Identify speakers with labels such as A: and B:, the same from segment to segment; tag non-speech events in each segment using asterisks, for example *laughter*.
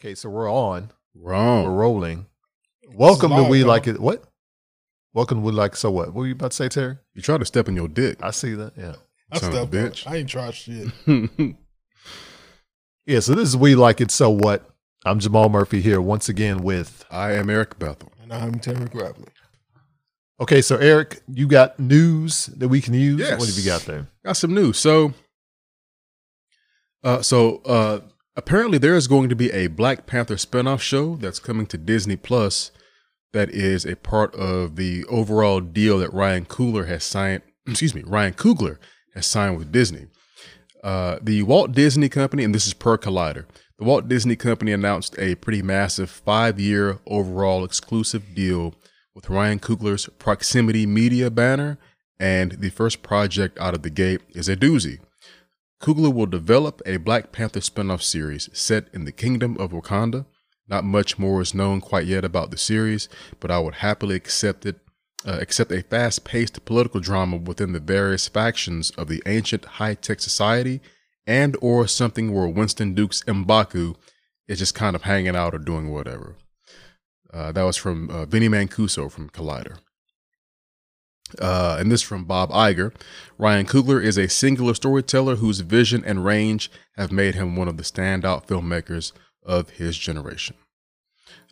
A: Okay, so we're on. We're
B: Wrong.
A: rolling. Welcome to
C: long,
A: We
C: though.
A: Like It. What? Welcome to We Like So What? What were you about to say, Terry?
B: You try to step on
A: *laughs*
B: your dick.
A: I see that. Yeah.
C: I
B: Son of a
C: stepped
B: bitch.
C: bitch. I ain't tried shit.
A: Yeah, so this is We Like It So What. I'm Jamal Murphy here once again with.
B: I am Eric Bethel.
C: And I'm Terry Grappling.
A: Okay, so Eric, you got news that we can use?
B: Yes.
A: What have you got there?
B: Got some news. So, uh, so uh, apparently there is going to be a Black Panther spinoff show that's coming to Disney Plus. That is a part of the overall deal that Ryan Coogler has signed. *clears throat* Excuse me, Ryan Coogler has signed with Disney. Uh, the Walt Disney Company, and this is per Collider. The Walt Disney Company announced a pretty massive five-year overall exclusive deal with Ryan Coogler's Proximity Media banner, and the first project out of the gate is a doozy. Coogler will develop a Black Panther spin-off series set in the kingdom of Wakanda. Not much more is known quite yet about the series, but I would happily accept it. Uh, accept a fast-paced political drama within the various factions of the ancient high-tech society, and or something where Winston Duke's Mbaku is just kind of hanging out or doing whatever. Uh, that was from uh, Vinny Mancuso from Collider. Uh, and this from Bob Iger. Ryan Coogler is a singular storyteller whose vision and range have made him one of the standout filmmakers of his generation.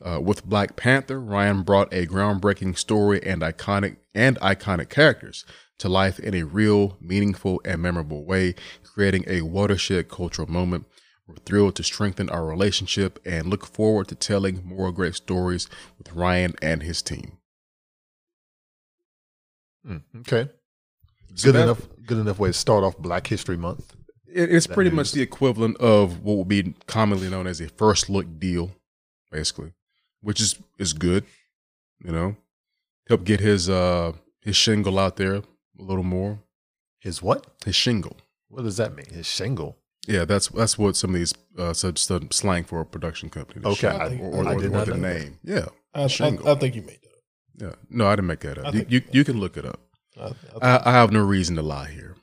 B: Uh, with Black Panther, Ryan brought a groundbreaking story and iconic and iconic characters to life in a real, meaningful, and memorable way, creating a watershed cultural moment. We're thrilled to strengthen our relationship and look forward to telling more great stories with Ryan and his team.
A: Mm, okay.
B: So
A: Good
B: that-
A: enough. Good enough way to start off Black History Month.
B: It, it's
A: That
B: pretty
A: is-
B: much the equivalent of what would be commonly known as a first look deal, basically, which is is good. You know, help get his uh his shingle out there a little more.
A: His what?
B: His shingle,
A: What does that mean? His shingle.
B: yeah, that's that's what some of these uh, such some slang for a production company.
A: Okay,
B: Shingle,
A: I-
B: or, or,
A: I
B: or-
A: did
B: or
A: not
B: the
A: know that.
B: name, yeah,
C: I, I,
B: Shingle.
C: I think you made that
B: yeah. No, I didn't make that
C: I
B: up. You,
C: think-
B: you you can look it up.
C: up. I, I,
B: I, I have no reason to lie here.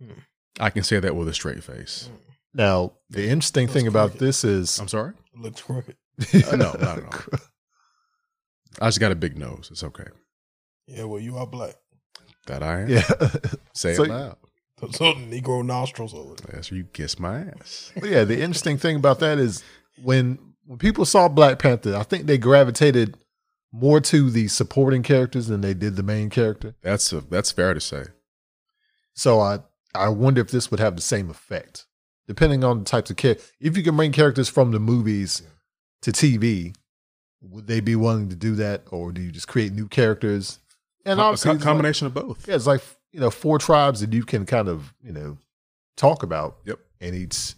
C: Hmm.
B: I can say that with a straight face.
C: Mm,
A: Now, the interesting
C: Let's
A: thing about
C: click it.
A: this is.
B: I'm sorry.
C: it looks crooked.
A: *laughs*
B: Uh, no, not at all. I just got a big nose. It's okay.
C: Yeah, well, you are black.
B: That I am.
A: yeah.
B: Say
A: So-
B: it loud.
C: Those are Negro nostrils over there.
B: That's where you kiss my ass.
A: But yeah, the interesting thing about that is when when people saw Black Panther, I think they gravitated more to the supporting characters than they did the main character.
B: That's a, that's fair to say.
A: So I I wonder if this would have the same effect, depending on the types of character. If you can bring characters from the movies to TV, would they be willing to do that, or do you just create new characters? And
B: Co-
A: obviously,
B: co-
A: it's like-
B: combination of both.
A: yeah, it's like you know four tribes that you can kind of you know talk about.
B: Yep.
A: In each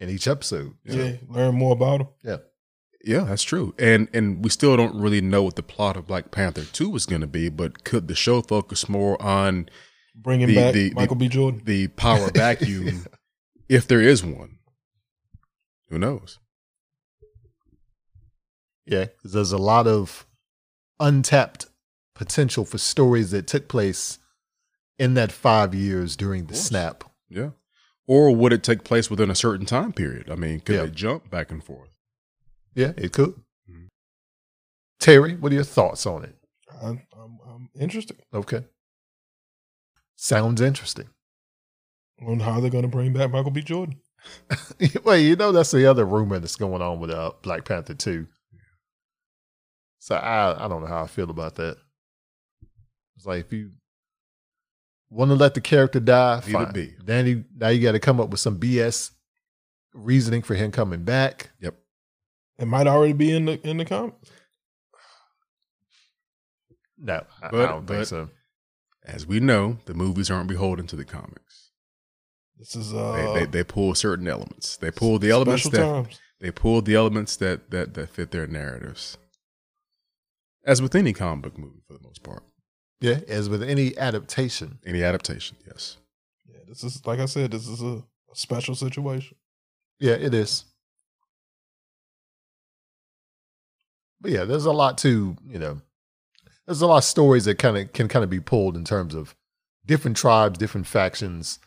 A: in each episode.
C: Yeah, learn more about them.
B: Yeah, that's true. And and we still don't really know what the plot of Black Panther 2 is going to be, but could the show focus more on
C: Bringing
B: The-
C: back
B: the- the-
C: Michael B. Jordan.
B: the
A: *laughs*
B: power vacuum if there is one? Who knows?
A: Yeah, 'cause there's a lot of untapped potential for stories that took place in that five years during the
B: course.
A: snap.
B: Yeah. Or would it take place within a certain time period? I mean, could
A: Yeah.
B: it jump back and forth?
A: Yeah, it could.
B: Mhm.
A: Terry, what are your thoughts on it?
C: I'm, I'm, I'm interested
A: Okay. Sounds interesting.
C: on how they're going to bring back Michael B. Jordan.
A: *laughs* well, you know that's the other rumor that's going on with uh, Black Panther too. So I I don't know how I feel about that. It's like if you want to let the character die,
B: Leave it
A: fine.
B: be.
A: Then you now you got to come up with some BS reasoning for him coming back.
C: It might already be in the in the comments.
A: No, I, I
B: But-
A: don't think
B: but-
A: so.
B: As we know, the movies aren't beholden to the comics.
C: This is uh,
B: they, they, they pull certain elements. They pull the elements
C: special
B: that
C: times.
B: they pull the elements that, that that fit their narratives. As with any comic book movie, for the most part,
A: Yeah, as with any adaptation,
B: any adaptation, yes.
C: Yeah, this is like I said. This is a, a special situation.
A: yeah, it is. But yeah, there's a lot to you know. There's a lot of stories that kind of can kind of be pulled in terms of different tribes, different factions,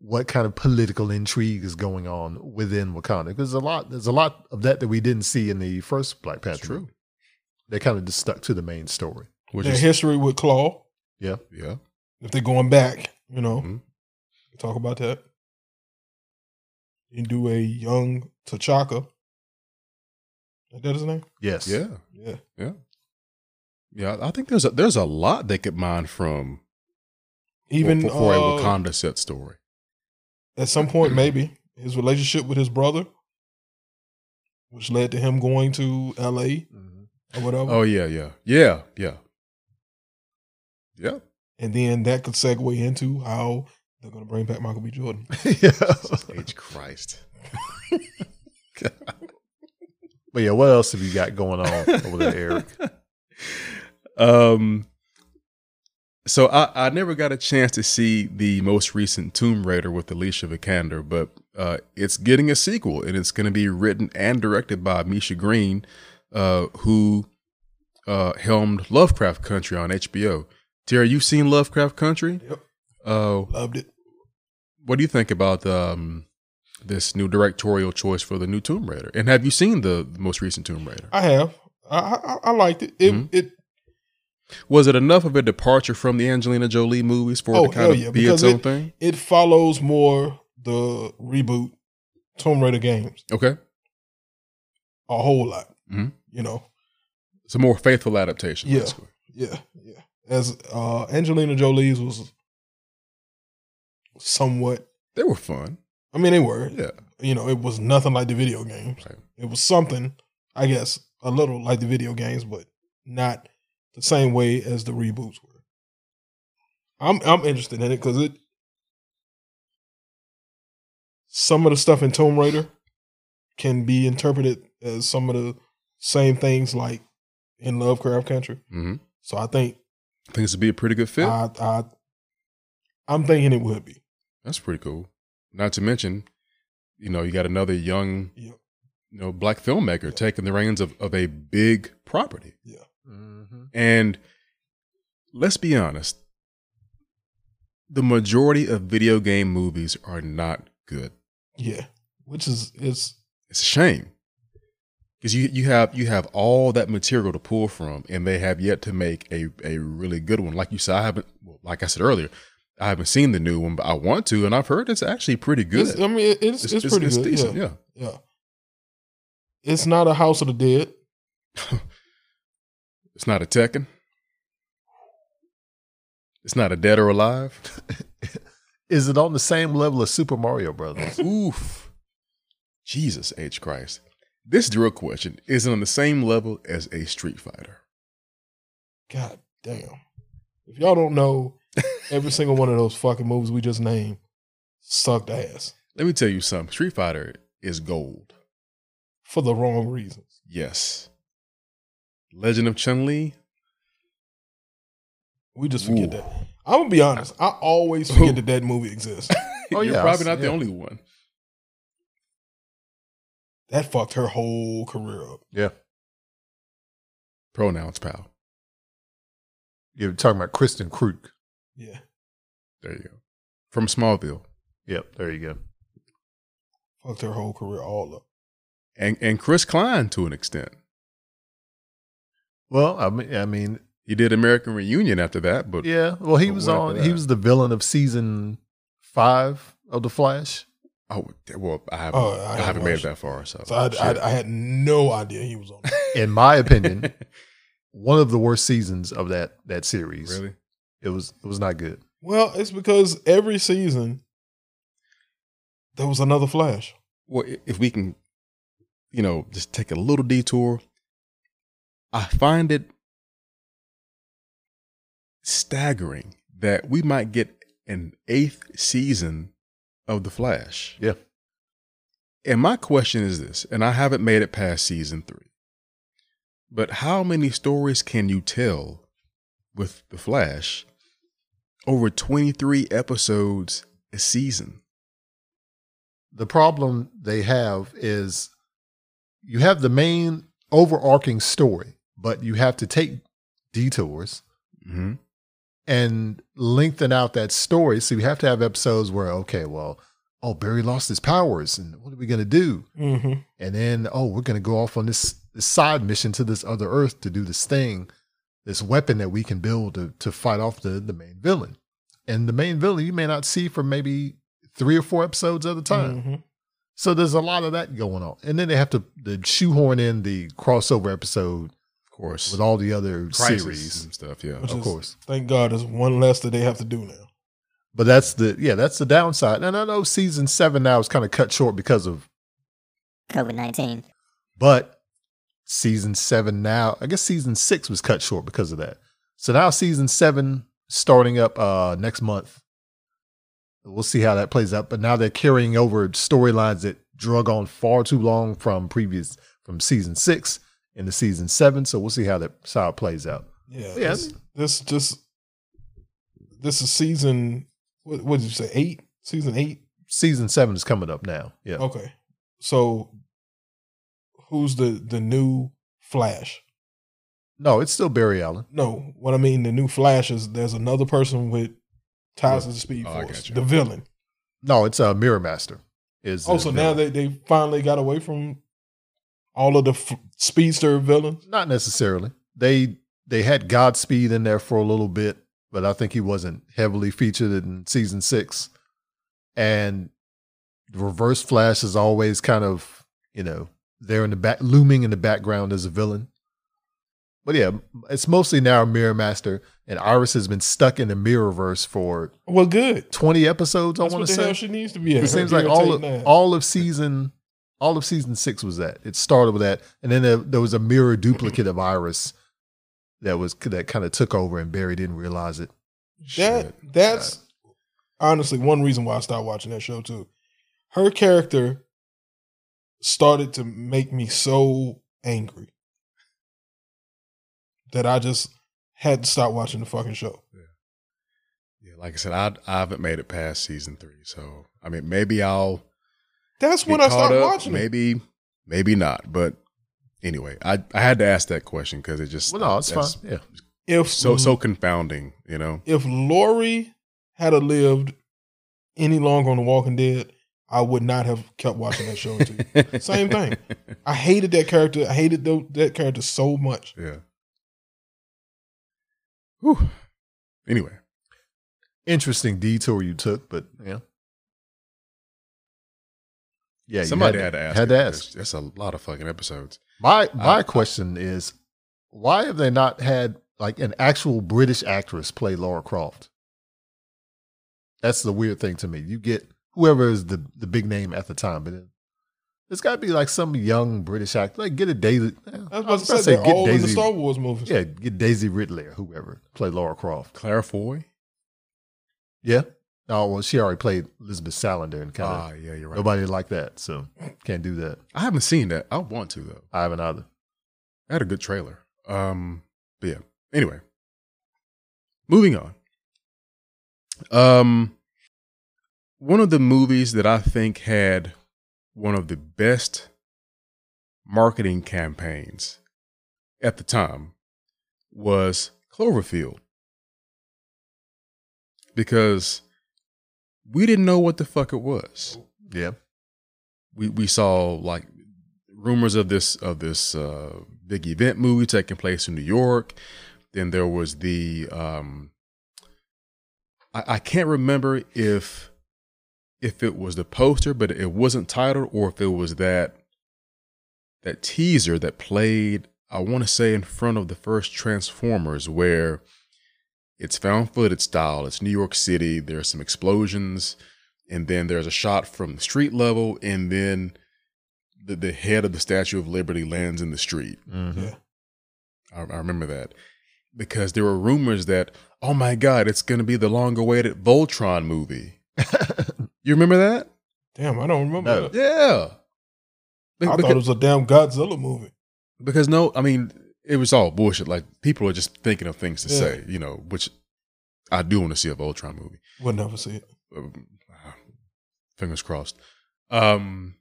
A: what kind of political intrigue is going on within Wakanda. Because a lot there's a lot of that that we didn't see in the first Black Panther.
B: That's true.
A: They kind of just stuck to the main story.
B: Which
C: Their
B: is
C: history with Claw,
B: yeah.
C: if they're going back, you know,
B: Mhm.
C: talk about that. You can do a young T'Chaka. Is that his name?
A: Yes.
B: Yeah.
C: Yeah.
B: Yeah. I think there's a there's a lot they could mine from
C: Even
B: for, for a
C: uh,
B: Wakanda set story.
C: at some point, maybe his relationship with his brother, which led to him going to L.A.
A: Mhm.
C: or whatever,
B: Oh yeah, yeah. Yeah, yeah. Yeah.
C: *laughs* and then that could segue into how they're going to bring back Michael B. Jordan.
A: *laughs* yeah.
B: H Christ.
A: But yeah, what else have you got going on over there,
B: *laughs*
A: Eric?
B: um so I, I never got a chance to see the most recent Tomb Raider with Alicia Vikander, but uh, it's getting a sequel, and it's going to be written and directed by Misha Green, uh, who uh, helmed Lovecraft Country on HBO. Terry, you've seen Lovecraft Country.
C: Yep.
B: Uh,
C: Loved it.
B: what do you think about um, this new directorial choice for the new Tomb Raider? And have you seen the most recent Tomb Raider?
C: I have. I I, I liked it. It
B: Mhm.
C: it
B: Was it enough of a departure from the Angelina Jolie movies for
C: Oh,
B: it to kind
C: hell
B: of
C: yeah,
B: be its
C: because
B: own
C: it-
B: thing?
C: it follows more the reboot Tomb Raider games
B: Okay,
C: a whole lot.
B: Mhm.
C: You know.
B: it's a more faithful adaptation.
C: Yeah.
B: basically.
C: Yeah. Yeah. As uh, Angelina Jolie's was somewhat.
B: they were fun.
C: I mean, they were.
B: Yeah,
C: You know, it was nothing like the video games.
B: Right.
C: It was something, I guess, a little like the video games, but not the same way as the reboots were. I'm I'm interested in it because it some of the stuff in Tomb Raider can be interpreted as some of the same things like in Lovecraft Country.
B: hmm
C: So I think
B: I think this would be a pretty good fit.
C: I, I I'm thinking it would be.
B: That's pretty cool. Not to mention, you know, you got another young,
C: Yeah.
B: you know, black filmmaker taking the reins of, of a big property.
A: Mm-hmm.
B: And let's be honest, the majority of video game movies are not good.
C: Yeah. Which is it's
B: It's a shame because you you have you have all that material to pull from, and they have yet to make a a really good one. Like you said, I haven't. Well, like I said earlier, I haven't seen the new one, but I want to, and I've heard it's actually pretty good.
C: it's- I mean it- it's it's, pretty good. yeah.
B: decent. yeah.
C: Yeah. It's not a House of the Dead.
B: It's not a Tekken. It's not a Dead or Alive.
C: *laughs*
A: Is it on the same level as Super Mario Brothers?
B: Oof. Jesus H. Christ. This drill question is on the same level as a Street Fighter. *laughs*
C: God damn. If y'all don't know, every single one of those fucking movies we just named sucked ass
B: Let me tell you something. Street Fighter is gold.
C: for the wrong reasons.
B: Yes. Legend of Chun Li.
C: We just
B: Ooh.
C: forget that. I'm gonna be honest. I always
B: *laughs*
C: forget that that movie exists.
A: Oh,
B: You're
A: yeah,
B: probably
A: I-
B: not the
A: yeah.
B: only one.
C: That fucked her whole career up.
B: Pronouns, pal.
A: You're talking about Kristen Krug.
C: Yeah.
B: There you go. From Smallville.
A: Yep, there you go.
C: Fucked her whole career all up.
B: And and Chris Klein to an extent.
A: Well, I mean, I mean,
B: He did American Reunion after that, but
A: yeah. Well, he
B: But
A: was
B: what after
A: on.
B: that?
A: He was the villain of season five of the Flash.
B: oh well I haven't,
C: Oh, I
B: I
C: haven't
B: haven't made it
C: watched
B: that far. So,
C: So I,
B: shit.
C: I, I had no idea he was on. it.
A: *laughs* In my
B: *laughs*
A: opinion, one of the worst seasons of that that series.
B: really?
A: It was it was not good.
C: well, it's because every season there was another Flash.
B: well, i- if we can, you know, just take a little detour, I find it staggering that we might get an eighth season of The Flash.
A: Yeah.
B: And my question is this, and I haven't made it past season three, but how many stories can you tell with The Flash over 23 episodes a season?
A: The problem they have is you have the main overarching story, but you have to take detours
B: Mm-hmm.
A: and lengthen out that story. So you have to have episodes where, okay, well, oh, Barry lost his powers, and what are we gonna do?
C: Mm-hmm.
A: And then, oh, we're gonna go off on this, this side mission to this other Earth to do this thing, this weapon that we can build to to fight off the the main villain. And the main villain you may not see for maybe three or four episodes at a time.
B: Mm. Mm-hmm.
A: So there's a lot of that going on. And then they have to the shoehorn in the crossover episode
B: Of course.
A: with all the other
B: Crisis
A: series.
B: and stuff, yeah.
C: Which
A: Of
C: is-
A: course.
C: Thank God, there's one less that they have to do now.
A: But that's the yeah, that's the downside. And I know season seven now is kind of cut short because of
D: COVID 19.
A: but season seven now, I guess season six was cut short because of that. So now season seven starting up uh next month. We'll see how that plays out. But now they're carrying over storylines that drug on far too long from previous from season six into season seven. So we'll see how that how it plays out.
C: Yeah.
A: Yeah.
C: This, this just this is season. What, what did you say? Eight. Season eight.
A: Season seven is coming up now. Yeah.
C: Okay. So who's the the new Flash?
A: No, it's still Barry Allen.
C: No, what I mean the new Flash is there's another person with ties to the Speed
B: Oh, I
C: Force,
B: got you.
C: the villain.
A: No, it's uh, Mirror Master. Is
C: Oh,
A: the
C: so
A: villain.
C: now they they finally got away from all of the f- speedster villains.
A: Not necessarily. They they had Godspeed in there for a little bit, but I think he wasn't heavily featured in season six. And the Reverse Flash is always kind of you know there in the back, looming in the background as a villain. But yeah, it's mostly now Mirror Master, and Iris has been stuck in the Mirrorverse for
C: Well, good.
A: twenty episodes. I
C: That's
A: want
C: what
A: to
C: the
A: say
C: hell she needs to be at.
A: it
C: *laughs*
A: seems like all of,
C: Irritating ass.
A: all of season all of season six was that it started with that and then there, there was a mirror duplicate of iris that was that kind of took over and barry didn't realize it
C: That
B: Shit.
C: that's honestly one reason why I stopped watching that show too. Her character started to make me so angry that I just had to stop watching the fucking show.
B: Yeah, like I said, I, I haven't made it past season three, so I mean, maybe I'll
C: That's
B: be
C: when I
B: caught
C: stopped
B: up.
C: watching it.
B: Maybe, maybe not. But anyway, I I had to ask that question because it just
A: well no it's
B: that's
A: fine yeah
C: If
B: So so
C: Mm-hmm.
B: confounding, you know.
C: if Lori had a lived any longer on The Walking Dead, I would not have kept watching that
B: *laughs*
C: show too. *laughs* Same thing. I hated that character. I hated tho- that character so much.
B: Yeah. Whew. Anyway,
A: interesting detour you took but yeah yeah you
B: somebody had, to ask.
A: had
B: it,
A: to
B: 'cause
A: ask
B: That's a lot of fucking episodes.
C: Uh,
A: my my
B: I-
A: question is why have they not had like an actual british actress play laura croft that's the weird thing to me. You get whoever is the, the big name at the time, but it, it's got to be like some young British actor. Like get a Daisy. eh,
C: I
A: I was
C: was about to
A: gonna
C: say, they're
A: get
C: all in the
A: Daisy-
C: Star Wars movies.
A: Yeah, get Daisy Ridley or whoever play Laura Croft.
B: Claire Foy.
A: Yeah. Oh well, she already played Elizabeth Salander and kind of
B: Ah, yeah, you're right.
A: nobody liked that, so can't do that.
B: I haven't seen that. I want to though.
A: I haven't either.
B: I had a good trailer. Um, but yeah. Anyway, moving on. Um, one of the movies that I think had one of the best marketing campaigns at the time was Cloverfield. Because we didn't know what the fuck it was
A: Yeah.
B: we we saw like rumors of this of this uh, big event movie taking place in New York. Then there was the um, I, I can't remember if if it was the poster, but it wasn't titled, or if it was that that teaser that played. I want to say in front of the first Transformers, where it's found footage style. It's New York City. There's some explosions and then there's a shot from the street level, and then the, the head of the Statue of Liberty lands in the street.
A: Mhm.
C: Yeah.
B: I, I remember that because there were rumors that, oh my God, it's going to be the long awaited Voltron
C: *laughs*
B: movie. You remember that?
C: Damn, I don't remember.
A: No.
C: that.
B: Yeah. Be-
C: I
B: beca-
C: thought it was a damn Godzilla movie.
B: because no, I mean, it was all bullshit. Like people are just thinking of things to
C: Yeah.
B: say, you know, which I do want to see a Voltron movie.
C: We'll never see it.
B: um, fingers crossed. Um,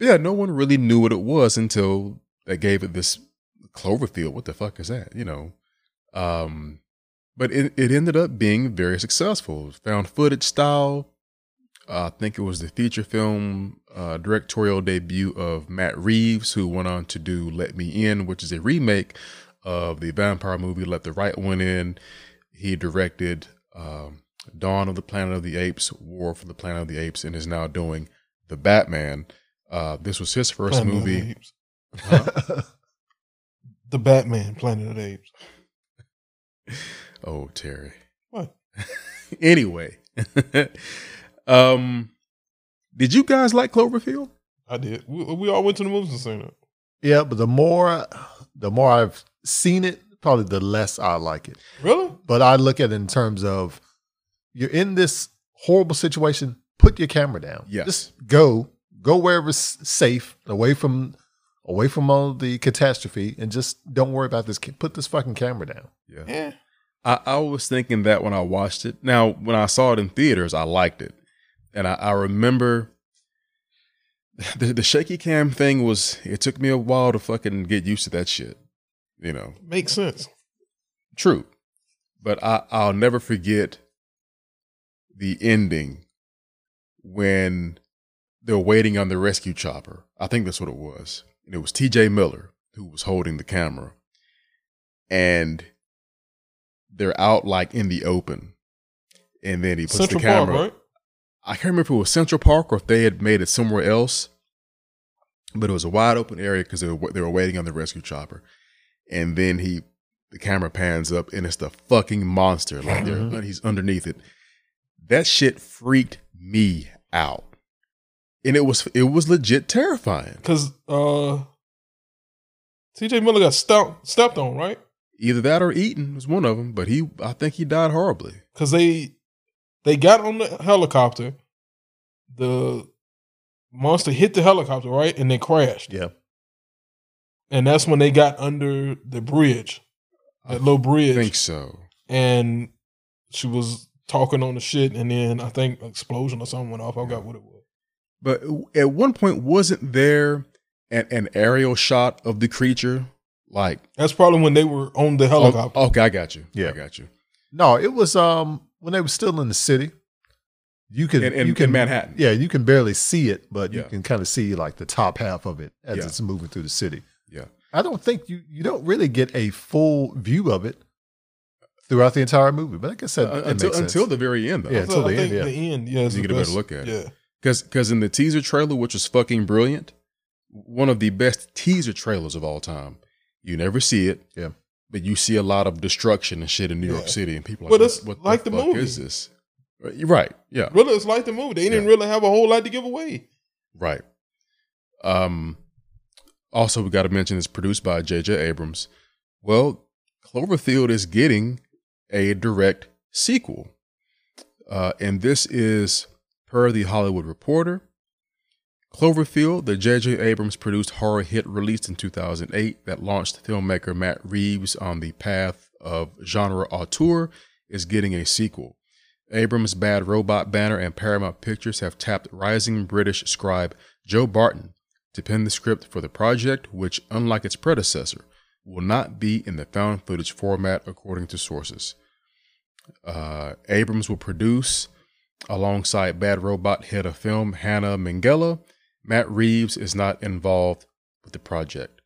B: yeah, no one really knew what it was until they gave it this Cloverfield. What the fuck is that? You know, um, But it, it ended up being very successful. Found footage style. Uh, I think it was the feature film uh, directorial debut of Matt Reeves, who went on to do Let Me In, which is a remake of the vampire movie Let the Right One In. He directed um, Dawn of the Planet of the Apes, War for the Planet of the Apes, and is now doing The Batman. Uh, this was his first
C: Planet of the
B: movie.
C: Apes. Uh-huh.
A: *laughs*
C: The Batman, Planet of the Apes.
B: Oh, Terry.
C: What?
B: *laughs* anyway, *laughs* um, did you guys like Cloverfield?
C: I did. We, we all went to the movies and seen it.
A: yeah, but the more the more I've seen it, probably the less I like it.
C: Really?
A: But I look at it in terms of you're in this horrible situation. Put your camera down.
B: Yes.
A: Just go. Go wherever's safe, away from away from all the catastrophe, and just don't worry about this. Put this fucking camera down.
C: Yeah.
B: I, I was thinking that when I watched it. Now, when I saw it in theaters, I liked it, and I, I remember *laughs* the, the shaky cam thing was. It took me a while to fucking get used to that shit. You know,
C: Makes sense.
B: True. But I, I'll never forget the ending when they're waiting on the rescue chopper. I think that's what it was. And it was TJ Miller who was holding the camera. And they're out like in the open. And then he puts
C: Central
B: the camera.
C: Park, right?
B: I can't remember if it was Central Park or if they had made it somewhere else, but it was a wide open area because they were, they were waiting on the rescue chopper. And then he, the camera pans up and it's the fucking monster. Like they're-
A: Mhm.
B: he's underneath it. That shit freaked me out, and it was it was legit terrifying.
C: Because uh, T.J. Miller got stout, stepped on, right?
B: Either that or Eaton was one of them, but he I think he died horribly.
C: Because they they got on the helicopter. The monster hit the helicopter, right? And they crashed.
A: Yeah.
C: And that's when they got under the bridge, that little
B: I
C: bridge.
B: think so.
C: and she was talking on the shit, and then I think explosion or something went off. I forgot what it was.
B: But at one point, wasn't there an, an aerial shot of the creature? Like
C: That's probably when they were on the
B: Oh,
C: helicopter.
B: okay, I got you.
A: Yeah.
B: I got you.
A: No, it was um when they were still in the city. You can
B: In, in,
A: you can
B: in Manhattan.
A: Yeah, you can barely see it, but you
B: Yeah.
A: can kind of see like the top half of it as
B: Yeah.
A: it's moving through the city.
B: Yeah.
A: I don't think you you don't really get a full view of it throughout the entire movie. But like I said,
B: Uh,
A: it
B: until
A: makes sense.
B: until Oh, the very end, though.
A: Yeah. until
C: I
A: the
C: think
A: end, yeah.
C: the end, yeah. is
B: You
C: the
B: get a better
C: best.
B: look at it.
C: Yeah.
B: Because in the teaser trailer, which was fucking brilliant, one of the best teaser trailers of all time. You never see it.
A: Yeah.
B: But you see a lot of destruction and shit in New York
C: Yeah.
B: City, and people are
C: But
B: like,
C: it's
B: what, what
C: like
B: the,
C: the
B: fuck
C: movie.
B: is this? Right, You're right. Yeah.
C: Really, it's like the movie. They didn't
B: Yeah.
C: really have a whole lot to give away.
B: Right. Um. Also, we got to mention it's produced by J.J. Abrams. Well, Cloverfield is getting a direct sequel, uh, and this is per the Hollywood Reporter. Cloverfield, the J.J. Abrams produced horror hit released in 2008 that launched filmmaker Matt Reeves on the path of genre auteur, is getting a sequel. Abrams' Bad Robot banner and Paramount Pictures have tapped rising British scribe Joe Barton to pen the script for the project, which, unlike its predecessor, will not be in the found footage format, according to sources. Uh, Abrams will produce, alongside Bad Robot head of film Hannah Mangella. Matt Reeves is not involved with the project.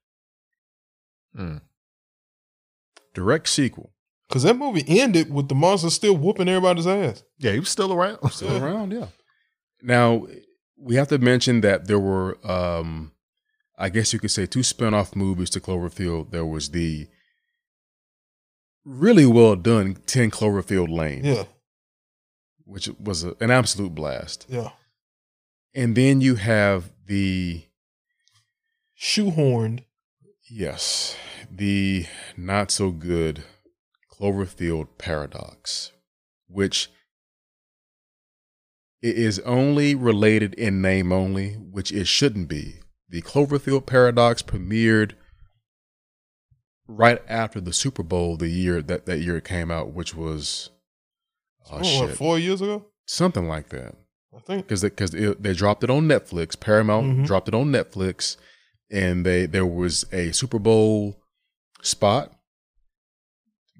A: Mm.
B: Direct sequel.
C: Because that movie ended with the monster still whooping everybody's ass.
A: yeah, he was still around.
B: *laughs* still around. Yeah. Now we have to mention that there were, um, I guess you could say, two spin-off movies to Cloverfield. There was the really well done Ten Cloverfield Lane,
C: Yeah,
B: which was a, an absolute blast,
C: yeah.
B: and then you have the
C: Shoehorned.
B: yes, the not so good Cloverfield Paradox, which it is only related in name only, which it shouldn't be. The Cloverfield Paradox premiered right after the Super Bowl the year that that year it came out, which was oh,
C: Oh, what,
B: shit,
C: four years ago, something.
B: something like that
C: I think.
B: because because they, dropped it on Netflix. Paramount
C: Mhm.
B: dropped it on Netflix, and they there was a Super Bowl spot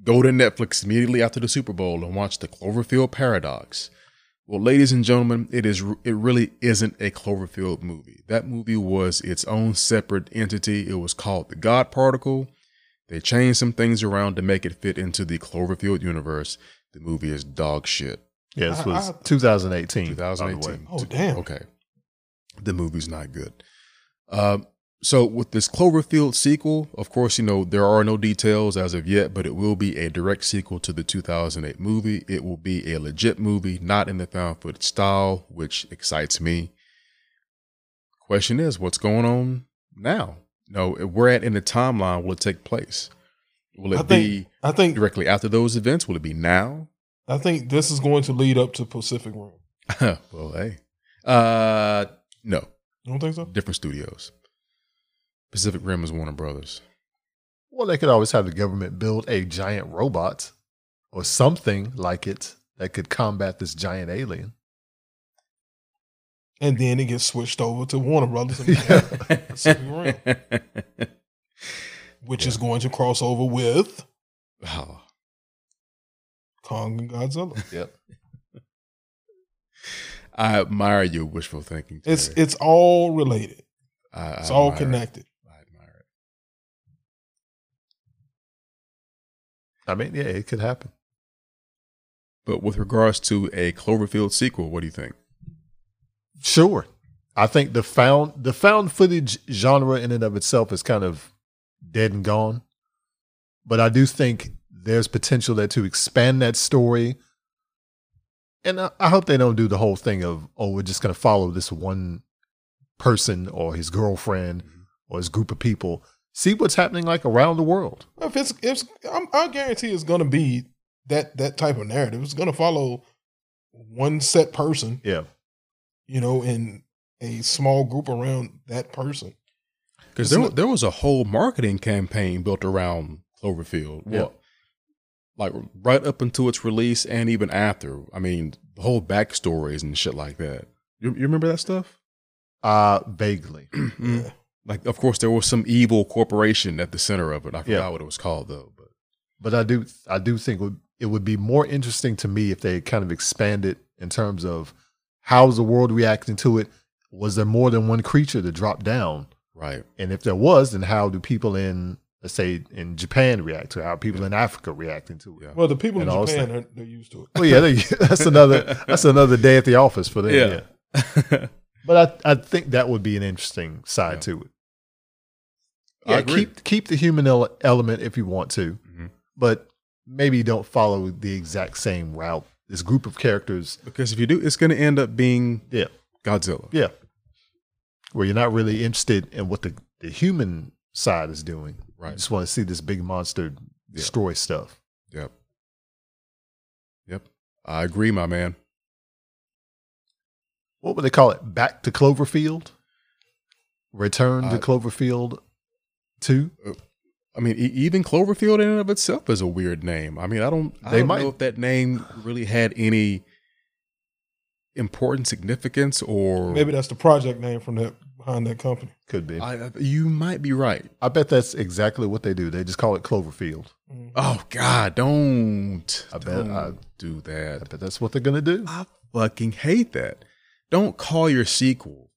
B: Go to Netflix immediately after the Super Bowl and watch the Cloverfield Paradox. Well, ladies and gentlemen, it is it really isn't a Cloverfield movie. That movie was its own separate entity. It was called The God Particle. They changed some things around to make it fit into the Cloverfield universe. The movie is dog shit.
A: Yeah, this
C: I-
A: was
C: I-
A: 2018. by the way.
B: 2018.
C: Oh, damn.
B: Okay. The movie's not good. Um, so with this Cloverfield sequel, of course, you know, there are no details as of yet, but it will be a direct sequel to the 2008 movie. It will be a legit movie, not in the found footage style, which excites me. Question is, what's going on now? No, where at in the timeline will it take place? Will it
C: I think-
B: be
C: I think
B: directly after those events? Will it be now? *laughs*
C: I think this is going to lead up to Pacific Rim.
B: well, hey. Uh no.
C: You don't think so?
B: Different studios. Pacific Rim is Warner
C: *laughs*
B: Brothers.
A: Well, they could always have the government build a giant robot or something like it that could combat this giant alien.
C: And then it gets switched over to Warner Brothers,
B: *laughs*
C: and-
A: Yeah.
C: Pacific Rim. which is going to cross over with
B: oh,
C: Kong
B: *laughs*
C: and Godzilla.
B: I admire your wishful thinking. Terry.
C: It's it's all related.
B: I- I
C: It's all
B: admire it.
C: connected.
B: I admire it.
A: I mean, yeah, it could happen.
B: But with regards to a Cloverfield sequel, what do you think?
A: Sure. I think the found the found footage genre in and of itself is kind of dead and gone. But I do think there's potential there to expand that story. And I, I hope they don't do the whole thing of, oh, we're just gonna follow this one person or his girlfriend or his group of people. See what's happening like around the world.
C: If it's if I'm, I guarantee it's going to be that that type of narrative. It's going to follow one set person,
A: Yeah.
C: you know, and a small group around that person.
B: Because
C: It's
B: there,
C: not-
B: wa- there was a whole marketing campaign built around Cloverfield.
A: Yeah.
B: Well, like right up until its release and even after. I mean, the whole backstories and shit like that. You, you remember that stuff?
A: Uh
B: *clears throat*
A: vaguely.
B: Mm.
C: Yeah.
B: Like, of course, there was some evil corporation at the center of it. I forgot
A: Yeah.
B: what it was called though. But
A: but I do I do think would- it would be more interesting to me if they kind of expanded in terms of how's the world reacting to it. Was there more than one creature to drop down? *laughs*
B: right,
A: And if there was, then how do people in let's say in Japan react to it? How people in Africa reacting to it?
B: yeah,
C: Well, the people in
A: And also-
C: Japan are, they're used to it.
A: Well, yeah, they, *laughs* that's another that's another day at the office for them.
B: Yeah.
A: But I, I think that would be an interesting side
B: Yeah.
A: to it.
B: I
A: Yeah,
B: agree.
A: keep keep the human ele- element if you want to.
B: Mhm.
A: but maybe don't follow the exact same route. This group of characters,
B: because if you do, it's going to end up being
A: Yeah.
B: Godzilla.
A: yeah, where you're not really interested in what the, the human side is doing. You
B: Right.
A: just want to see this big monster destroy stuff.
B: Yep. Yep. I agree, my man.
A: What would they call it? Back to Cloverfield? Return to
B: Uh,
A: Cloverfield 2?
B: I mean, e- even Cloverfield in and of itself is a weird name. I mean, I don't, I
A: They
B: don't
A: might-
B: know if that name really had any important significance or
C: Maybe that's the project name from that behind that company.
A: Could be. I,
B: I, I- you might be right.
A: bet that's exactly what they do. They just call it Cloverfield.
C: Mm.
B: Oh God, don't!
A: I bet
B: Don't
A: I-
B: do
A: I
B: that.
A: bet that's what they're going to do. *laughs*
B: I fucking hate that. Don't call your sequel.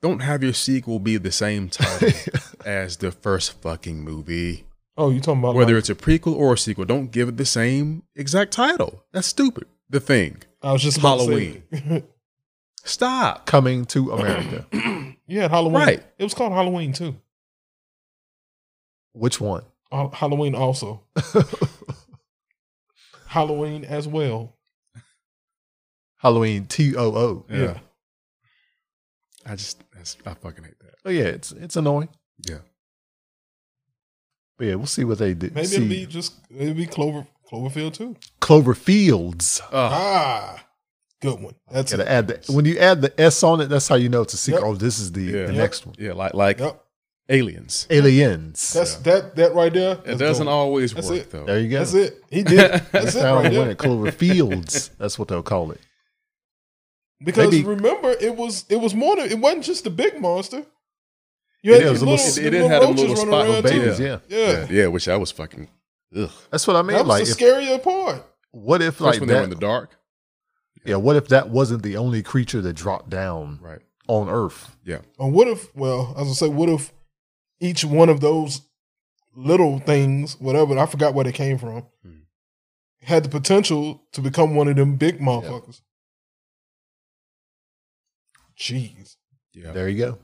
B: Don't have your sequel be the same title
A: *laughs*
B: as the first fucking movie.
C: Oh, you talking about
B: Whether
C: like-
B: it's a prequel or a sequel, don't give it the same exact title. That's stupid. The thing.
C: I was just about to say- *laughs*
B: Stop.
A: Coming to
C: *clears throat*
A: America.
C: you had Halloween.
B: Right.
C: It was called Halloween too.
A: Which one?
C: Hall-
B: *laughs*
C: Halloween also. Halloween as well.
A: Halloween T O O.
B: Yeah.
C: Yeah.
B: I just, that's, I fucking hate that.
A: Oh yeah, it's it's annoying.
B: Yeah.
A: But yeah, we'll see what they do.
C: Maybe
A: see.
C: it'll be just it'll be Clover Cloverfield too.
A: Cloverfields.
B: Ugh.
C: Ah, good one. That's
A: Gotta
C: it.
A: add the, when you add the S on it, that's how you know it's a sequel.
C: Yep.
A: Oh, this is the,
B: Yeah.
A: the
B: Yep.
A: next one.
B: yeah, like like
C: Yep.
B: aliens.
A: Aliens.
C: That's that that right there.
B: It
C: is
B: doesn't
C: gold.
B: always
C: That's
B: work
C: it.
B: though.
A: there you go.
C: That's it. He did. That's it
A: Found
C: right
A: the
C: there.
A: winner.
C: *laughs*
A: Cloverfields. That's what they'll call it.
C: Because
A: Maybe-
C: remember, it was it was more than it wasn't just the big monster.
A: Yeah,
C: You had
A: it
C: these
A: was a
C: little,
A: little-
B: it
C: the
B: did have a
C: roaches
B: little
C: running
B: spot with
C: around
B: babies.
C: too.
A: Babies, yeah.
C: Yeah.
B: yeah, which I was fucking Ugh.
A: That's what I mean.
C: that was
A: Like,
C: the
A: if,
C: scarier part.
A: what if
B: First
A: like
B: when they were in the
A: that?
B: dark.
A: Yeah, what if that wasn't the only creature that dropped down
B: Right.
A: on Earth?
C: Or what if? Well, I was gonna say, what if each one of those little things, whatever I forgot where they came from,
B: Hmm.
C: had the potential to become one of them big motherfuckers. Jeez,
B: Yeah.
A: There you go.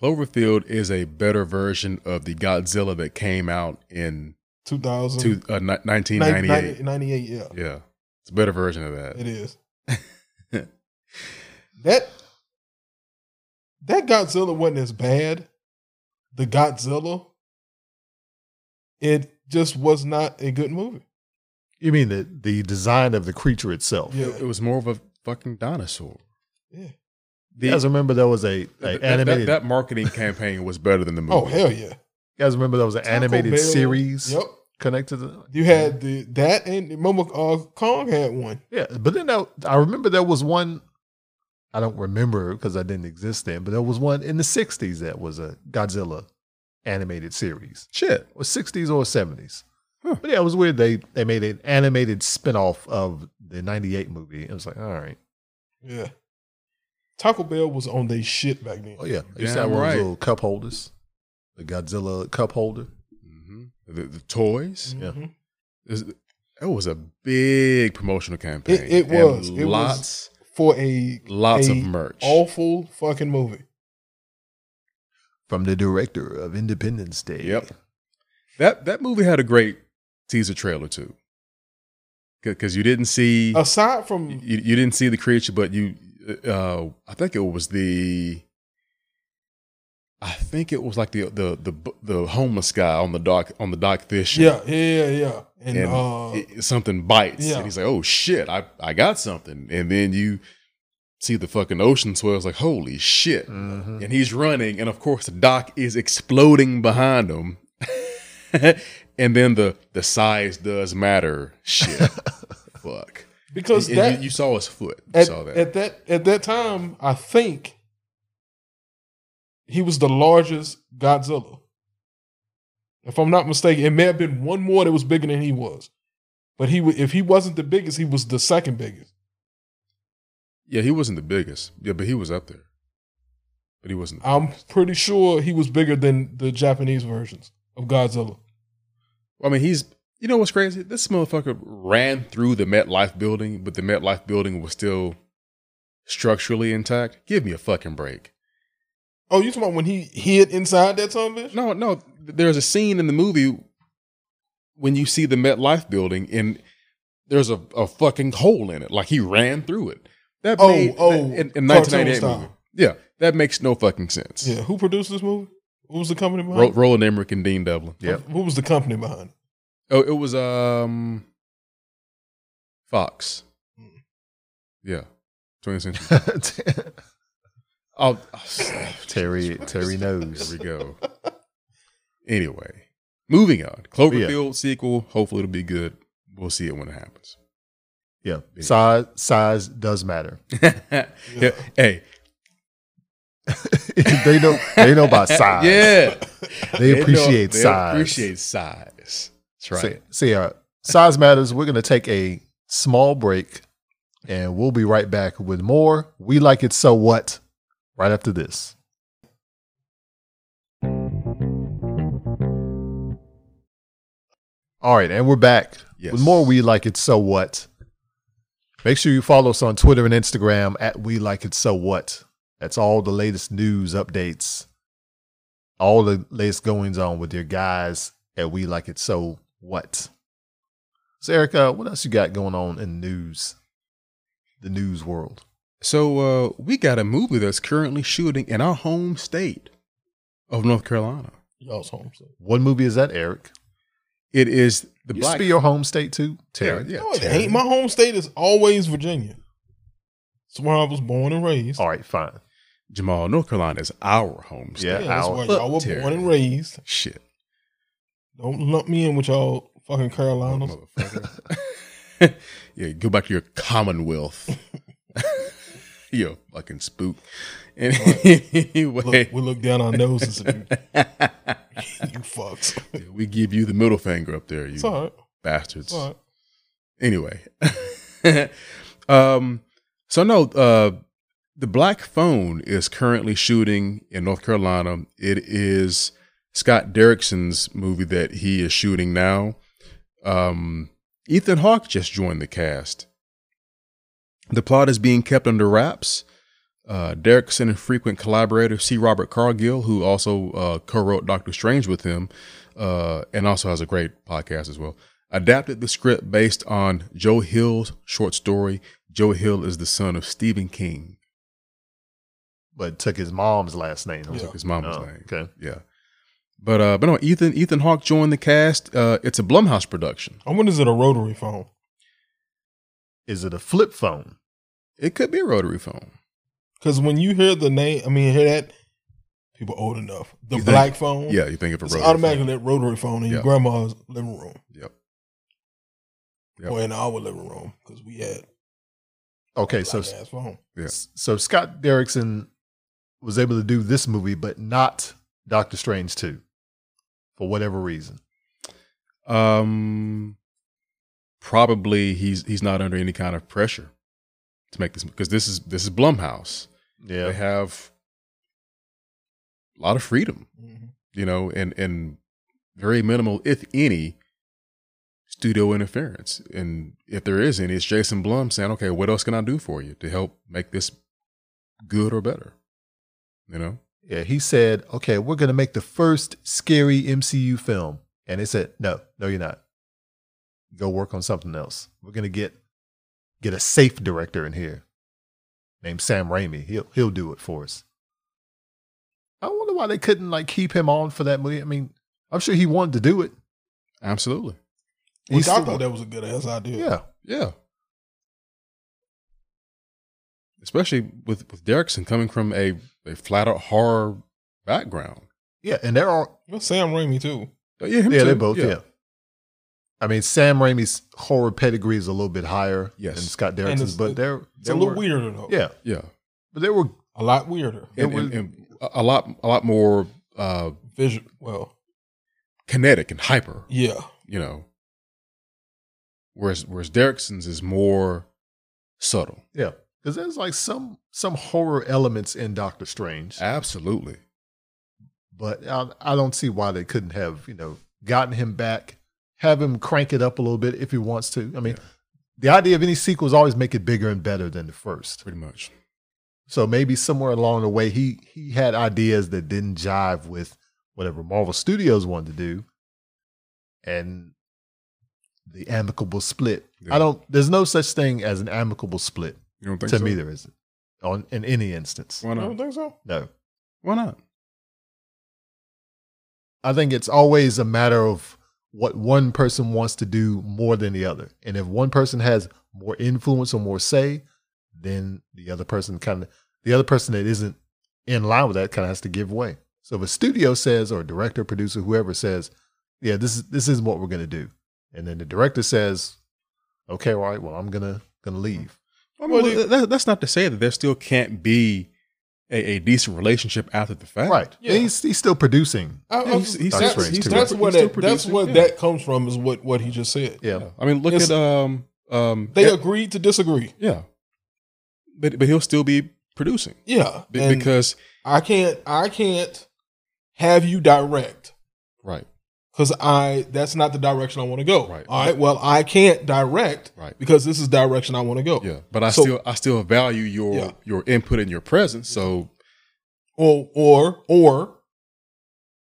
B: Cloverfield is a better version of the Godzilla that came out in
C: 2000,
B: two, uh, ni-
C: 1998.
B: 1998.
C: yeah,
B: Yeah. It's a better version of that. *laughs*
C: it is. that that Godzilla wasn't as bad. The Godzilla, it just was not a good movie.
A: You mean the the design of the creature itself?
C: Yeah.
B: It was more of a fucking dinosaur.
C: Yeah.
B: The-
A: you guys remember there was a, a
B: that, that-
A: animated.
B: that
C: *laughs*
B: marketing campaign was better than the movie.
C: Oh hell yeah!
A: you guys remember there was an
C: Taco
A: animated
C: Bell.
A: series
C: Yep.
A: connected to the,
C: You had the that and remember uh, Kong had one.
A: Yeah, but then I, I remember there was one. I don't remember because I didn't exist then, but there was one in the '60s that was a Godzilla animated series,
B: Shit.
A: or '60s or '70s.
B: Huh.
A: But yeah, it was weird. They they made an animated spin-off of the '98 movie. It was like, all right,
C: Yeah. Taco Bell was on their shit back then.
A: oh yeah, I used to have
B: Damn
A: one of
B: right.
A: those little cup holders, the Godzilla cup holder.
B: hmm The, the toys.
A: yeah.
C: Mhm.
B: Is- That was a big promotional campaign.
C: It- it
B: And
C: was. It was-
B: lots,
C: For a
B: lots of
C: a
B: merch.
C: awful fucking movie.
A: From the director of Independence Day.
B: Yep. that that movie had a great teaser trailer too, because you didn't see
C: Aside from
B: you, you didn't see the creature, but you uh, I think it was the I think it was like the the the b- the homeless guy on the dock on the dock fishing.
C: yeah, yeah, yeah, and,
B: and
C: uh,
B: it- something bites,
C: yeah.
B: and he's like, "Oh shit, I I got something," and then you see the fucking ocean swell. It's like, "Holy shit!"
A: Mhm.
B: and he's running, and of course the dock is exploding behind him. *laughs* and then the the size does matter. Shit, fuck.
C: because
B: And
C: that
B: you, you saw his foot. You
C: at,
B: saw that.
C: at that at that time, I think he was the largest Godzilla. If I'm not mistaken, it may have been one more that was bigger than he was, but he wa- if he wasn't the biggest, he was the second biggest.
B: yeah, he wasn't the biggest. Yeah, but he was up there. But he wasn't.
C: I'm pretty sure he was bigger than the Japanese versions of Godzilla.
B: I mean, he's. You know what's crazy? This motherfucker ran through the MetLife building, but the MetLife building was still structurally intact. Give me a fucking break.
C: Oh, you talking about when he hid inside that son of a bitch?
B: No, no. th- There's a scene in the movie when you see the MetLife building, and there's a, a fucking hole in it. Like he ran through it. That
C: Oh,
B: made,
C: oh,
B: that- in, in
C: cartoon
B: 1998
C: style.
B: movie. Yeah, that makes no fucking sense.
C: Yeah, who produced this movie? Who was the company behind?
B: Ro-
C: it?
B: Roland Emmerich and Dean Devlin.
A: Yep.
C: Who was the company
B: *sighs*
C: behind? it?
B: Oh, it was um Fox.
A: Hmm.
B: Yeah.
A: *laughs*
B: 20th century. Oh, oh,
A: *laughs* Terry Terry
B: There
A: knows.
B: we go. Anyway, moving on. Cloverfield sequel. Hopefully it'll be good. We'll see it when
A: *laughs*
B: it happens.
A: Yeah. Size size does matter. *laughs*
B: Yeah, Hey,
A: they know they know about size.
B: *laughs* Yeah,
A: They
B: know-
A: appreciate
B: they
A: size.
B: Appreciate size. That's right.
A: See, see, uh, size matters. We're going to take a small break and we'll be right back with more. We like it so what right after this. All right, and we're back
B: Yes.
A: with more We Like It So What. Make sure you follow us on Twitter and Instagram at We Like It So What. That's all the latest news updates, all the latest goings on with your guys at We Like It So What. So, Erica, what else you got going on in news, the news world?
B: So uh, we got a movie that's currently shooting in our home state of North Carolina.
C: Y'all's home. So.
A: What movie is that, Eric?
B: It is the
A: Used
B: black.
A: to be your home state too,
B: yeah,
A: Terry.
B: yeah,
C: No, Oh, it
B: Terry.
C: ain't. My home state is always Virginia. It's where I was born and raised.
B: Oh,
A: All right, fine.
B: Jamal, North Carolina is our home state.
A: Yeah,
C: yeah, that's
A: our-
C: where
B: Look,
C: y'all were
B: Terry.
C: born and raised.
B: Shit.
C: Don't lump me in with y'all fucking Carolinas. *laughs*
B: Motherfucker. yeah, go back to your
C: *laughs*
B: commonwealth. you fucking spook. And anyway. *laughs*
C: Look, we look down our noses. at you. *laughs* you fucks.
B: Yeah, we give you the middle finger up there, you
C: It's all right.
B: bastards.
C: It's all right.
B: Anyway, *laughs* um, so no, uh, the Black Phone is currently shooting in North Carolina. It is Scott Derrickson's movie that he is shooting now. Um, Ethan Hawke just joined the cast. The plot is being kept under wraps. Uh, Derrickson and frequent collaborator C. Robert Cargill, who also uh, co-wrote Doctor Strange with him, uh, and also has a great podcast as well, adapted the script based on Joe Hill's short story. Joe Hill is the son of Stephen King.
A: but took his mom's last name.
C: Yeah.
B: His mama's
A: Oh,
B: name.
A: okay.
B: Yeah. But uh, but no, Ethan Ethan Hawke joined the cast. Uh, it's a Blumhouse production.
C: I wonder is it a rotary phone?
A: Is it a flip phone?
B: It could be a rotary phone.
C: Because when you hear the name, I mean, hear that people old enough, the
B: You think-
C: black phone.
B: Yeah, you think of a
C: it's
B: rotary.
C: automatically
B: phone.
C: that rotary phone in
B: Yeah.
C: your grandma's living room
B: Yep.
C: or in our living room because we had
A: Okay,
C: a
A: so
C: ass phone.
B: Yeah.
A: so Scott Derrickson was able to do this movie, but not Doctor Strange two, for whatever reason.
B: Um, probably he's he's not under any kind of pressure to make this because this is this is Blumhouse. They
A: Yeah,
B: have a lot of freedom,
C: Mhm.
B: you know, and and very minimal, if any, studio interference. And if there is any, it's Jason Blum saying, "Okay, what else can I do for you to help make this good or better?" You know.
A: yeah. He said, "Okay, we're gonna make the first scary MCU film," and they said, "No, no, you're not. Go work on something else. We're gonna get get a safe director in here named Sam Raimi. He'll he'll do it for us." I wonder why they couldn't like keep him on for that movie. I mean, I'm sure he wanted to do it.
B: Absolutely.
C: Which
A: He's
C: I
A: still-
C: thought that was a good ass idea.
A: Yeah.
B: Yeah. Especially with with Derrickson coming from a, a flat out horror background.
A: Yeah, and there are
C: Well, Sam Raimi too.
B: Oh, yeah, him
A: yeah,
B: too.
A: they both yeah. I mean, Sam Raimi's horror pedigree is a little bit higher
B: Yes.
A: than Scott
C: And
A: Derrickson's,
C: it's-
A: but they're
C: It's
A: they
C: a little
A: were-
C: weirder though.
A: Yeah,
B: yeah.
A: but they were
C: a lot weirder.
A: It
B: And,
A: was-
B: and, and a a lot a lot more uh,
C: Vision. Well,
B: kinetic and hyper,
C: yeah,
B: you know. Whereas whereas Derrickson's is more subtle.
A: yeah because there's like some some horror elements in Doctor Strange,
B: Absolutely.
A: but I, I don't see why they couldn't have you know gotten him back, have him crank it up a little bit if he wants to. I mean,
B: Yeah.
A: the idea of any sequel is always make it bigger and better than the first.
B: Pretty much.
A: So maybe somewhere along the way, he he had ideas that didn't jive with whatever Marvel Studios wanted to do, and the amicable split.
B: Yeah.
A: I don't. There's no such thing as an amicable split
B: You don't think
A: to
B: so?
A: me. There isn't on in any instance.
B: Why
C: I don't
B: not?
C: think so.
A: No,
B: Why not?
A: I think it's always a matter of what one person wants to do more than the other, and if one person has more influence or more say, then the other person kind of the other person that isn't in line with that kind of has to give way. So if a studio says or a director, producer, whoever says, "Yeah, this is this is what we're gonna do," and then the director says, "Okay, all right, well, I'm gonna gonna leave."
B: I mean,
C: Well,
B: well,
C: they-
B: that, that's not to say that there still can't be a, a decent relationship after the fact.
A: Right?
C: Yeah.
A: And he's he's still producing.
C: I,
B: Yeah, he's- he's-
C: that's,
A: Doctor Strange
C: that's,
A: too.
B: He's still
C: where that that's
B: producing,
C: where
B: yeah.
C: that comes from is what what he just said.
A: Yeah,
B: Yeah. I mean, look
C: It's-
B: at um um
C: They
B: Ed-
C: agreed to disagree.
B: yeah, but but he'll still be producing
C: Yeah,
B: Be-
C: and
B: because
C: I can't I can't have you direct
B: right
C: because I that's not the direction I want to go.
B: Right.
C: All right. Well, I can't direct
B: right
C: because this is direction I want to go.
B: yeah. But I
C: So-
B: still I still value your
C: Yeah.
B: your input and your presence. So
C: Or or or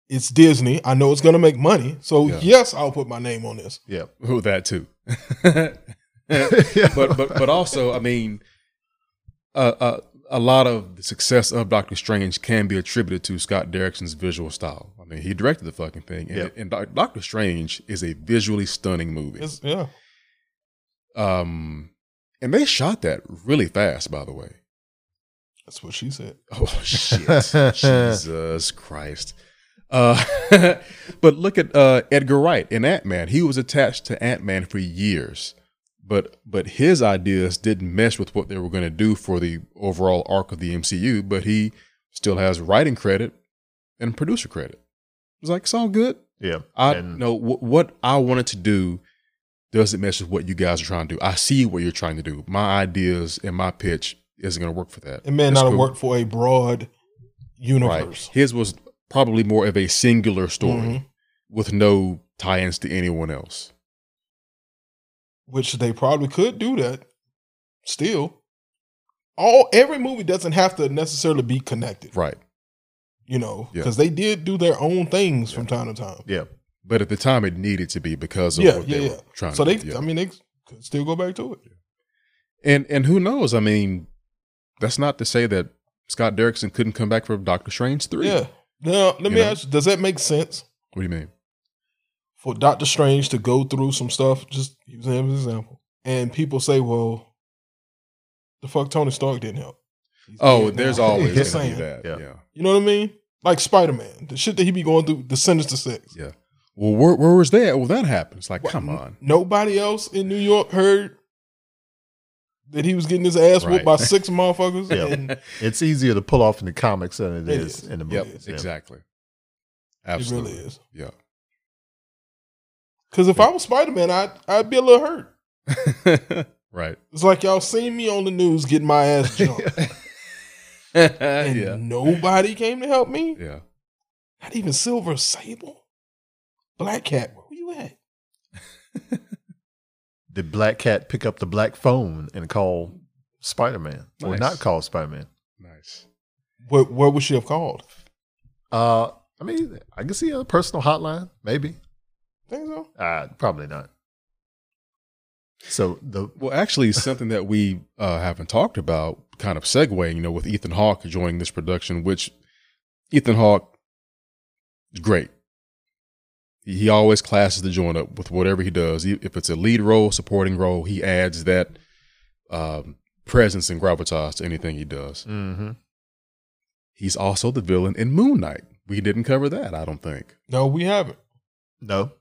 C: it's Disney. I know it's going to make money. So
B: Yeah.
C: yes, I'll put my name on this.
A: yeah,
B: who that too. *laughs* but
A: yeah. *laughs*
B: but but also I mean, uh, uh, a lot of the success of Doctor Strange can be attributed to Scott Derrickson's visual style. I mean, he directed the fucking thing, and,
A: Yeah.
B: and Doc- Doctor Strange is a visually stunning movie.
C: It's, yeah.
B: Um, and they shot that really fast, by the way.
C: That's what she said.
B: Oh *laughs* shit! Jesus Christ! Uh, *laughs* but look at uh, Edgar Wright in Ant Man. He was attached to Ant Man for years, but but his ideas didn't mesh with what they were going to do for the overall arc of the MCU. But he still has writing credit and producer credit. was like, it's all good.
A: Yeah.
B: I
A: And-
B: know wh- what I wanted to do doesn't match with what you guys are trying to do. I see what you're trying to do. My ideas and my pitch isn't going to work for that.
C: It may
B: That's
C: not have
B: cool.
C: worked for a broad universe.
B: Right. His was probably more of a singular story
C: Mhm.
B: with no tie-ins to anyone else.
C: Which they probably could do that still. All every movie doesn't have to necessarily be connected,
B: Right.
C: you know,
B: Yeah.
C: because they did do their own things from time to time.
A: Yeah.
B: But at the time, it needed to be because of
C: Yeah,
B: what
C: yeah,
B: they
C: yeah.
B: were trying
C: So
B: to
C: they,
B: do. Yeah.
C: I mean, they could still go back to it.
B: and and who knows? I mean, that's not to say that Scott Derrickson couldn't come back for Doctor Strange three.
C: Yeah. Now, let
B: You
C: me
B: know?
C: ask you, does that make sense
B: What do you mean?
C: for Doctor Strange to go through some stuff, just using him as an example, and people say, well, the fuck Tony Stark didn't help? He's
B: Oh,
C: dead
B: there's
C: *laughs* now.
B: always
C: Just
B: going to
C: saying.
B: be that.
A: Yeah.
B: yeah.
C: You know what I mean? Like Spider Man, the shit that he be going through, the Sinister Six.
B: Yeah. Well, where, where was that? Well, that happens. Like,
C: What-
B: come
C: *laughs*
B: on.
C: Nobody else in New York heard that he was getting his ass whooped
B: Right.
C: by
B: *laughs*
C: six motherfuckers.
A: Yeah.
C: And it
A: It's easier to pull off in the comics than it
C: It
A: is,
C: is.
A: in the
B: Yep.
A: movies. Yeah.
B: Exactly.
C: really
B: Absolutely.
C: is.
B: Yeah.
C: Because if I was Spider Man, I'd, I'd be a little hurt.
B: *laughs* right.
C: It's like y'all seen me on the news getting my ass jumped. and
B: *laughs* yeah.
C: nobody came to help me.
B: Yeah.
C: Not even Silver Sable, Black Cat. Where you at?
A: Did Black Cat pick up the black phone and call Spider Man? Or
B: Nice.
A: not call Spider Man?
B: Nice.
C: What What would she have called?
A: Uh, I mean, I can see a personal hotline, maybe.
C: Think so?
A: Uh, probably not. So the
B: Well, actually, something that we uh, haven't talked about, kind of segueing, you know, with Ethan Hawke joining this production, which Ethan Hawke is great. He he always classes the joint up with whatever he does. E- If it's a lead role, supporting role, he adds that um, presence and gravitas to anything he does.
A: Mhm.
B: He's also the villain in Moon Knight. We didn't cover that, I don't think.
C: No, we haven't.
A: no,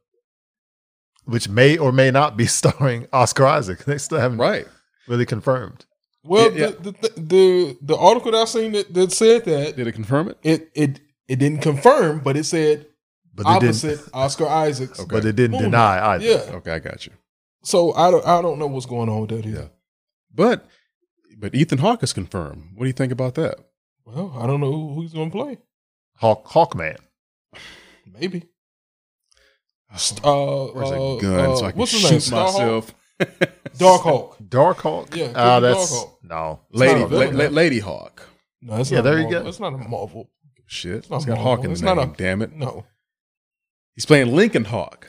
A: which may or may not be *laughs* starring Oscar Isaac. They still haven't
B: Right.
A: really confirmed.
C: Well,
B: Yeah, yeah.
C: The, the, the the article that I seen that, that said that
B: Did it confirm it?
C: it it it didn't confirm, but it said
A: But they
C: opposite
A: didn't.
C: Oscar Isaacs.
B: Okay.
A: *laughs* But they didn't
C: Moon
A: deny either.
C: Yeah.
B: Okay, I got you.
C: So I don't I don't know what's going on with that either.
B: Yeah. But but Ethan Hawke is confirmed. What do you think about that?
C: Well, I don't know who, who's going to play.
A: Hawk Hawkman.
C: Maybe. Uh,
B: Where's
C: uh,
B: a gun so
C: uh,
B: I can
C: what's his
B: shoot
C: name? Star Hawk? *laughs*
B: myself?
C: Dark Hawk.
A: Dark Hawk.
C: Yeah, it could be
A: Ah, that's
C: Dark Hawk.
A: no.
B: Lady,
C: not a villain,
B: la- la-
C: though.
B: Lady Hawk.
C: No, it's
A: Yeah,
C: not a
A: there you
C: Marvel.
A: go.
C: It's not a Marvel.
B: Shit, it's
C: not
B: got
C: Marvel.
B: Hawk in
C: It's
B: the
C: not
B: name.
C: a-
B: damn it,
C: No.
B: he's playing Lincoln
C: *laughs*
B: Hawk.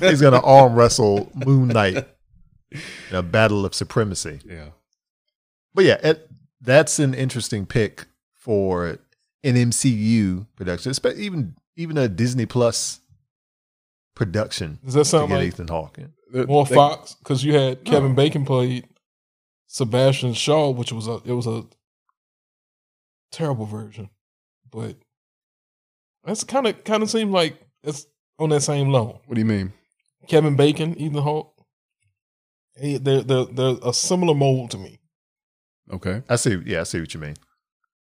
A: He's gonna arm wrestle Moon Knight in a battle of supremacy.
B: *laughs* yeah,
A: But yeah, it, that's an interesting pick for an MCU production, espe- even even a Disney Plus production
C: Does that
A: to
C: sound
A: get
C: like
A: Ethan Hawke. in.
B: They-
C: more
B: they-
C: Fox? Because you had Kevin Bacon played Sebastian Shaw, which was a it was a terrible version, but that's kind of kind of seemed like it's on that same level.
B: What do you mean?
C: Kevin Bacon, Ethan Hawke, they they're, they're they're a similar mold to me.
B: Okay,
A: I see. Yeah, I see what you mean.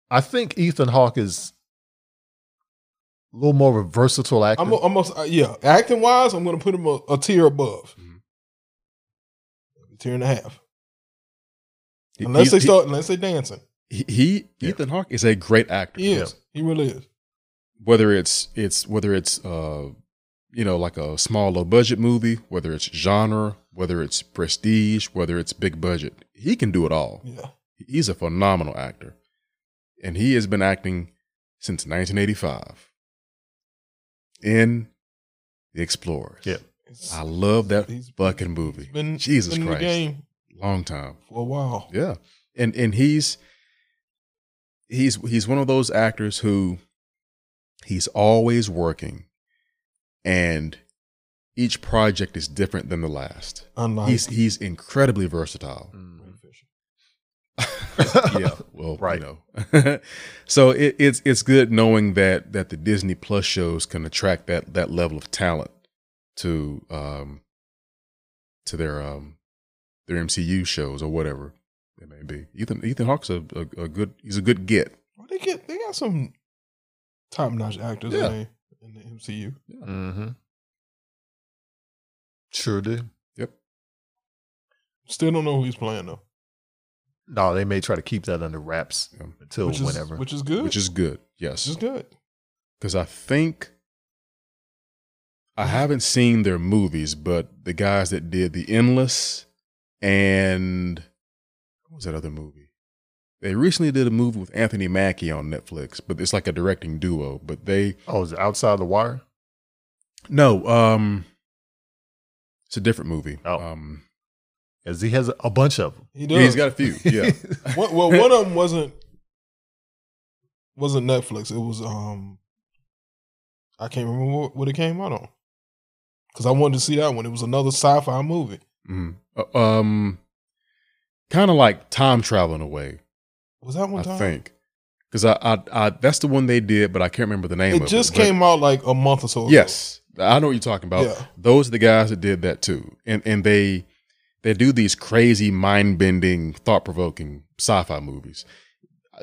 A: I think Ethan Hawke is a little more of a versatile actor.
C: I'm almost uh, yeah, acting wise, I'm gonna put him a, a tier above,
B: Mhm.
C: a tier and a half.
B: Mm-hmm. He-
C: Unless
B: he-
C: they start, unless they dancing,
B: he, he-
A: Yeah.
B: Ethan Hawke is a great actor.
C: he is. He really is.
B: Whether it's it's whether it's uh you know like a small low budget movie, whether it's genre, whether it's prestige, whether it's big budget, he can do it all.
C: Yeah.
B: He's a phenomenal actor, and he has been acting since 1985 in The Explorers.
A: Yeah.
C: It's-
B: I love that
C: He's-
B: fucking
C: he's
B: movie.
C: been-
B: Jesus
C: been in
B: Christ,
C: the game
B: long time.
C: for a while.
B: Yeah, and and he's he's he's one of those actors who he's always working, and each project is different than the last.
C: Unlike
B: He's he's incredibly versatile.
A: Mm.
C: Ray Fisher. *laughs*
A: Mm-hmm.
B: yeah, well,
A: Right.
B: right. You know. *laughs* so it, it's it's good knowing that that the Disney Plus shows can attract that that level of talent to um to their um their MCU shows or whatever it may be. Ethan Ethan Hawke's a, a, a good he's a good get.
C: Well, they get they got some top notch actors
B: Yeah.
C: man, in the MCU.
A: Mm-hmm. Sure do.
C: Still don't know who he's playing though,
A: No, they may try to keep that under wraps
B: Yeah.
A: until
C: which is
A: whenever.
C: which is good,
B: which is good.
C: which
B: Yes,
C: is good.
B: because I think I haven't seen their movies, but the guys that did The Endless and what was that other movie? They recently did a movie with Anthony Mackie on Netflix, but it's like a directing duo. But they
A: oh, is it outside the wire?
B: no, um, it's a different movie.
A: Oh.
B: Um,
A: As he has a bunch of them.
C: He does.
B: yeah, he's got
A: *laughs*
B: a few. Yeah,
C: One- well,
B: *laughs*
C: one of them wasn't wasn't Netflix. It was um, I can't remember what, what it came out on because I wanted to see that one. It was another sci-fi movie.
B: Mhm. Uh, um, kind of like time travel in a way.
C: Was that one time?
B: I think because I, I, I that's the one they did, but I can't remember the name.
C: it
B: of
C: just
B: but-
C: came out like a month or so. ago.
B: Yes, I know what you're talking about.
C: Yeah.
B: Those are the guys that did that too, and and they they do these crazy, mind bending, thought provoking sci-fi movies.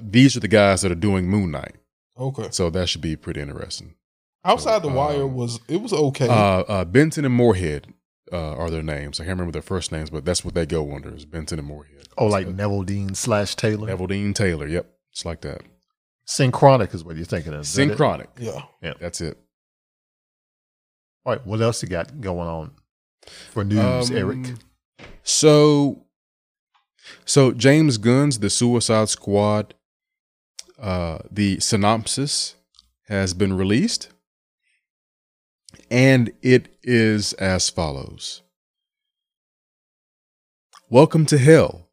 B: These are the guys that are doing Moon Knight,
C: Okay.
B: so that should be pretty interesting.
C: Outside the
B: Um,
C: Wire was it was okay.
B: Uh, uh, Benton and Moorhead uh, are their names. I can't remember their first names, but that's what they go under is Benton and Moorhead.
A: Oh, like
B: So,
A: Neville Dean slash Taylor.
B: Neville Dean Taylor. Yep, it's like that.
A: Synchronic is what you're thinking of. is that it?
B: Synchronic.
C: yeah.
B: That's it.
A: All right, what else you got going on for news,
B: Um,
A: Eric?
B: So, so James Gunn's The Suicide Squad, uh, the synopsis has been released, and it is as follows: Welcome to Hell,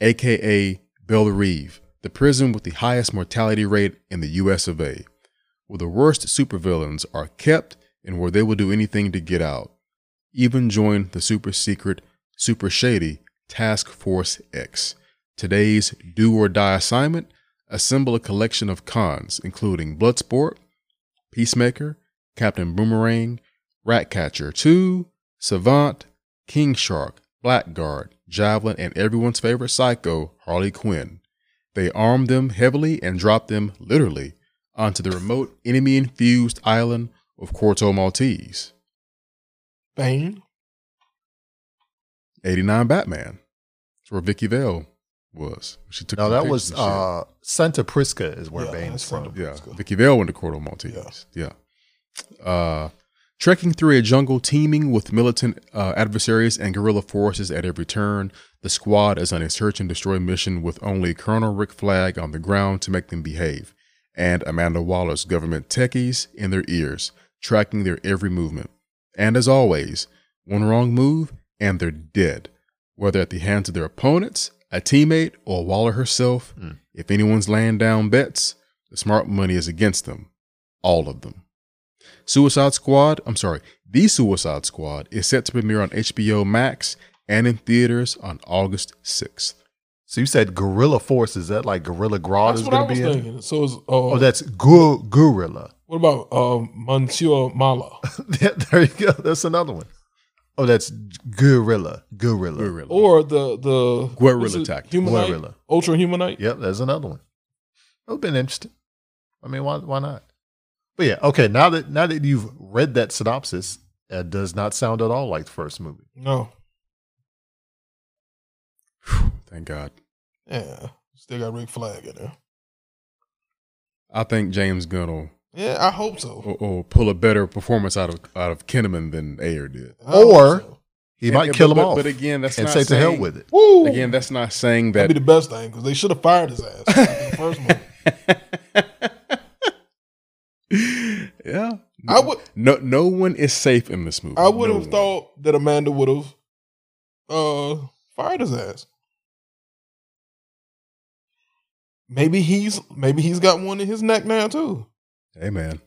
B: aka Belle Reve, the prison with the highest mortality rate in the U.S. of A., where the worst supervillains are kept and where they will do anything to get out even join the super secret, super shady Task Force X. Today's do or die assignment assemble a collection of cons, including Bloodsport, Peacemaker, Captain Boomerang, Ratcatcher 2, Savant, King Shark, Blackguard, Javelin, and everyone's favorite psycho, Harley Quinn. They arm them heavily and drop them literally onto the remote enemy infused island of Corto Maltese.
C: Bane.
B: 89 Batman. That's where Vicky Vale was. She took
A: No,
B: some
A: that
B: pictures
A: was
B: and shit.
A: uh, Santa Prisca is where
C: Yeah,
A: Bane is
C: that's
A: from.
C: Santa
B: yeah.
C: Prisca.
B: Vicky Vale went to Corto Maltese. Yeah. Uh, trekking through a jungle teeming with militant uh, adversaries and guerrilla forces at every turn, the squad is on a search and destroy mission with only Colonel Rick Flag on the ground to make them behave, and Amanda Waller's government techies in their ears, tracking their every movement. And as always, one wrong move and they're dead, whether at the hands of their opponents, a teammate, or Waller herself.
A: Mm.
B: If anyone's laying down bets, the smart money is against them. All of them. Suicide Squad, I'm sorry, The Suicide Squad is set to premiere on HBO Max and in theaters on August 6th.
A: So you said Gorilla Force. Is that like Gorilla Grodd
C: That's
A: is
C: what I
A: going to
C: was
A: be in? it?
C: thinking. So is uh,
A: Oh, that's gu- Gorilla. *laughs*
C: what about uh, Monsieur Mala
A: there you go. That's another one. Oh, that's Gorilla. Gorilla.
B: Gorilla.
C: or the the
B: Guerrilla
C: what's it?
B: tactics.
C: Humanite,
A: Guerrilla.
C: Ultra Humanite.
A: Yep, there's another one. It would been interesting. I mean, why why not? But yeah, okay. Now that now that you've read that synopsis, it does not sound at all like the first movie.
C: No,
B: Whew, Thank God.
C: yeah, still got Rick Flag in there.
B: I think James Gunn will,
C: Yeah, I hope so.
B: will- will pull a better performance out of out of Kinnaman than Ayer did.
C: I hope
A: Or-
C: so.
A: He
B: And-
A: might
B: and-
A: kill
B: but-
A: him
B: but-
A: off
B: But again, that's
A: and
B: not
A: say to hell
B: saying-
A: with it.
C: Woo!
B: *laughs* Again, that's not saying that
C: *laughs* that'd be the best thing because they should have fired his ass. after the
A: *laughs*
C: first one.
B: yeah.
C: I would.
B: No, no one is safe in this movie.
C: I would
B: No
C: have
B: one.
C: thought that Amanda would have uh fired his ass. Maybe he's maybe he's got one in his neck now too.
B: Hey, man,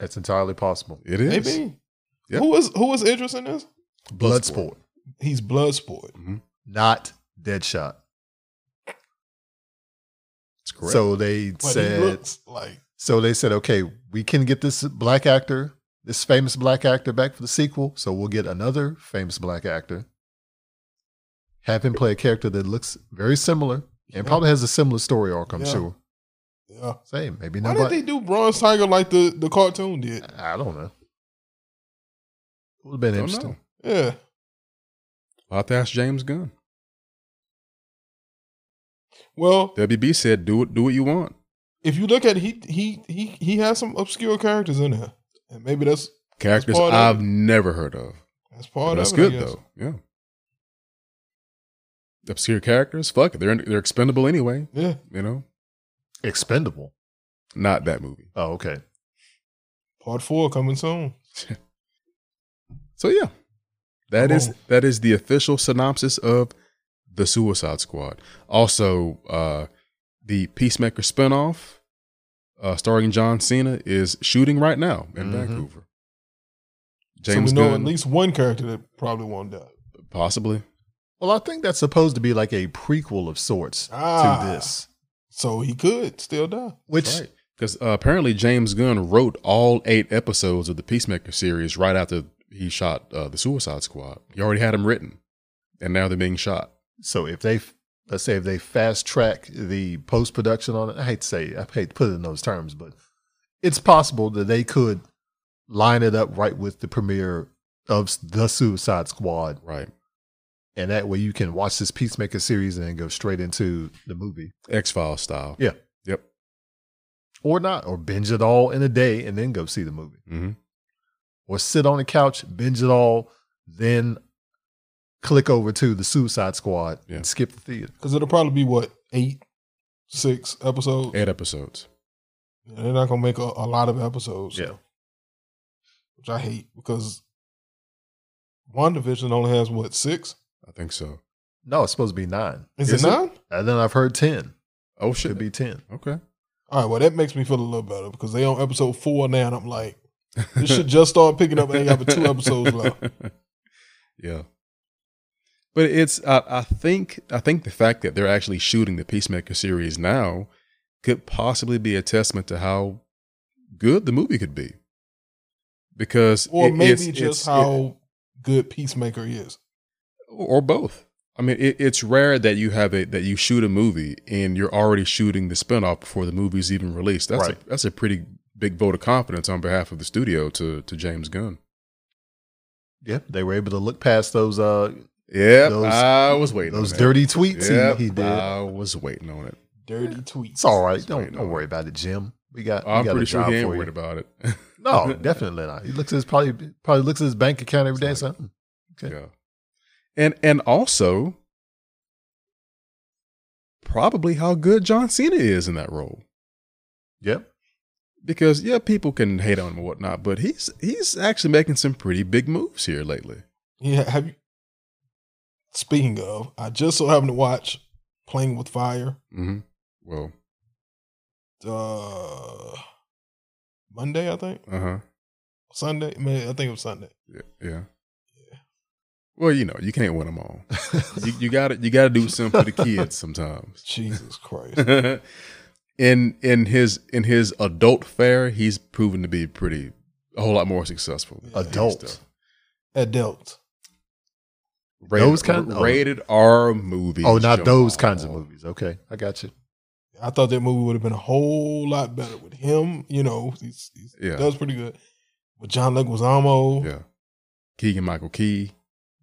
A: That's entirely possible.
B: it is
C: Maybe.
B: Yep.
C: Who is who is interested in this?
B: Bloodsport.
A: Bloodsport,
C: He's Bloodsport.
B: Mhm.
A: not Deadshot.
B: It's correct.
A: So they
C: But
A: said.
C: he looks like
A: So they said, okay, we can get this black actor, this famous black actor back for the sequel. So we'll get another famous black actor, have him play a character that looks very similar and
C: Yeah.
A: probably has a similar story arc, I'm
C: Yeah.
A: sure.
C: Yeah.
A: Same. Maybe
C: Why
A: nobody.
C: did they do Bronze Tiger like the, the cartoon did?
A: I don't know. It would have been
B: Don't
A: interesting.
B: know.
C: Yeah.
B: I'll have to ask James Gunn.
C: Well,
B: WB said, "Do it. Do what you want."
C: if you look at it, he he he he has some obscure characters in there, and maybe that's
B: Characters
C: part of
B: I've
C: it.
B: never heard of.
C: that's part
B: that's
C: of it. I
B: good
C: guess.
B: though. Yeah. Obscure characters. Fuck it. They're they're expendable anyway.
C: Yeah.
B: You know.
A: Expendable.
B: Not that movie.
A: Oh, okay.
C: Part four coming soon.
B: So yeah, that is
C: Whoa.
B: that is the official synopsis of the Suicide Squad. Also, uh, the Peacemaker spinoff, uh, starring John Cena, is shooting right now in
A: Mhm.
B: Vancouver.
C: James
B: James
C: Mm-hmm. so we know
B: Gunn,
C: at least one character that probably won't die.
B: possibly.
A: Well, I think that's supposed to be like a prequel of sorts
C: Ah.
A: to this,
C: So he could still die.
A: which
B: Because uh, apparently James Gunn wrote all eight episodes of the Peacemaker series right after he shot uh, the Suicide Squad. He already had them written, and now they're being shot.
A: So if they, let's say, if they fast track the post production on it, I hate to say, I hate to put it in those terms, but it's possible that they could line it up right with the premiere of the Suicide Squad,
B: Right.
A: and that way you can watch this Peacemaker series and then go straight into the movie,
B: X Files style.
A: Yeah.
B: Yep.
A: or not, or binge it all in a day and then go see the movie,
B: Mm-hmm.
A: or sit on the couch, binge it all, then click over to the Suicide Squad
B: Yeah.
A: and skip the theater.
C: Because it'll probably be what, eight, six episodes?
B: Eight episodes.
C: Yeah, they're not gonna make a, a lot of episodes.
A: Yeah.
C: Which I hate because WandaVision only has what, six?
B: I think so.
A: No, it's supposed to be nine,
C: Is,
B: Is
C: it
B: it?
C: nine?
A: and then I've heard ten.
B: Oh shit.
A: Should be ten.
B: Okay.
C: All right, well that makes me feel a little better because they on episode four now and
B: *laughs*
C: I'm like, this should just start picking up and they got but two episodes left.
B: Yeah. But it's I, I think I think the fact that they're actually shooting the Peacemaker series now could possibly be a testament to how good the movie could be. Because
C: Or
B: it-
C: maybe
B: it's- it's-
C: just
B: it-
C: how good Peacemaker is.
B: or both. I mean, it, it's rare that you have a that you shoot a movie and you're already shooting the spinoff before the movie's even released. That's
A: Right.
B: a, that's a pretty big vote of confidence on behalf of the studio to to James Gunn.
A: Yep, they were able to look past those uh
B: Yep,
A: Those-
B: I was waiting.
A: those
B: on that.
A: dirty tweets he-
B: Yep,
A: he, did.
B: I was waiting on it.
C: Dirty tweets.
A: it's all right.
B: it's
A: Don't
B: fine,
A: don't
B: no.
A: worry about it, Jim. We got.
B: I'm
A: we got
B: pretty
A: a
B: sure
A: job
B: he ain't
A: for
B: worried
A: you.
B: about it. *laughs*
A: No, definitely not. He looks at his probably probably looks at his bank account every day. or
B: It's like-
A: something. Okay.
B: Yeah, and and also probably how good John Cena is in that role.
A: Yep.
B: Because yeah, people can hate on him and whatnot, but he's he's actually making some pretty big moves here lately.
C: Yeah, have you speaking of, I just so happened to watch Playing with Fire
B: Mm-hmm. Well,
C: uh Monday, I think.
B: uh huh,
C: Sunday. Man, I think it was Sunday.
B: yeah, yeah. Well, you know, you can't win them all. *laughs*
A: *laughs*
B: you, you got to You got to do something for the kids sometimes. *laughs*
C: Jesus Christ.
B: in *laughs* in his in his adult fare, he's proven to be pretty a whole lot more successful. than that
A: Adult.
B: stuff.
C: Adult.
B: rated,
A: Those kind- oh.
B: rated R movies.
A: Oh, not those
B: Jamal.
A: kinds of movies. Okay, I got you.
C: I thought that movie would have been a whole lot better with him. You know, he's, he's,
B: Yeah.
C: does pretty good. With John Leguizamo,
B: Yeah, Keegan Michael Key.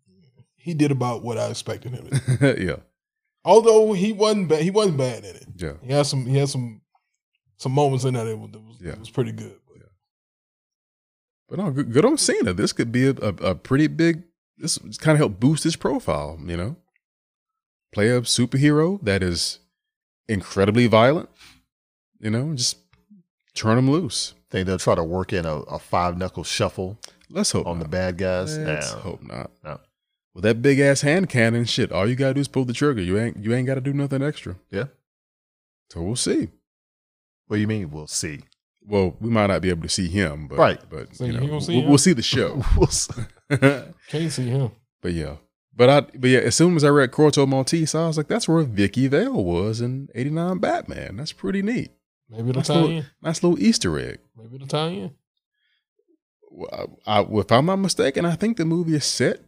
B: *laughs*
C: he did about what I expected him. to do.
B: yeah,
C: Although he wasn't bad, he wasn't bad in it.
B: yeah.
C: He had some, he had some, some moments in there that was, that was,
B: Yeah.
C: that was pretty good.
B: But no, good, good on Cena. This could be a, a, a pretty big. This kind of helped boost his profile. You know, play a superhero that is incredibly violent. You know, just turn him loose.
A: Think they'll try to work in a, a five knuckle shuffle
B: Let's hope
A: on
B: not.
A: the bad guys.
B: Let's
A: Nah.
B: hope not.
A: No.
B: Well, that big ass hand cannon shit. All you gotta do is pull the trigger. You ain't you ain't gotta do nothing extra.
A: Yeah.
B: So we'll see.
A: What do you mean? We'll see. *laughs*
B: Well, we might not be able to see him, but
A: Right.
B: But
C: So
B: you
C: you
B: know,
C: ain't gonna see
B: we'll,
C: him?
B: we'll see
A: *laughs*
B: the show. *laughs*
A: We'll see.
B: but
C: Can't see him.
B: yeah, but I but yeah. As soon as I read Corto Maltese, I was like, that's where Vicky Vale was in '89 Batman. That's pretty neat.
C: Maybe it'll
B: That's
C: tie
B: cool.
C: in.
B: Nice little Easter egg.
C: Maybe it'll tie in.
B: Well, I, I, if I'm not mistaken, I think the movie is set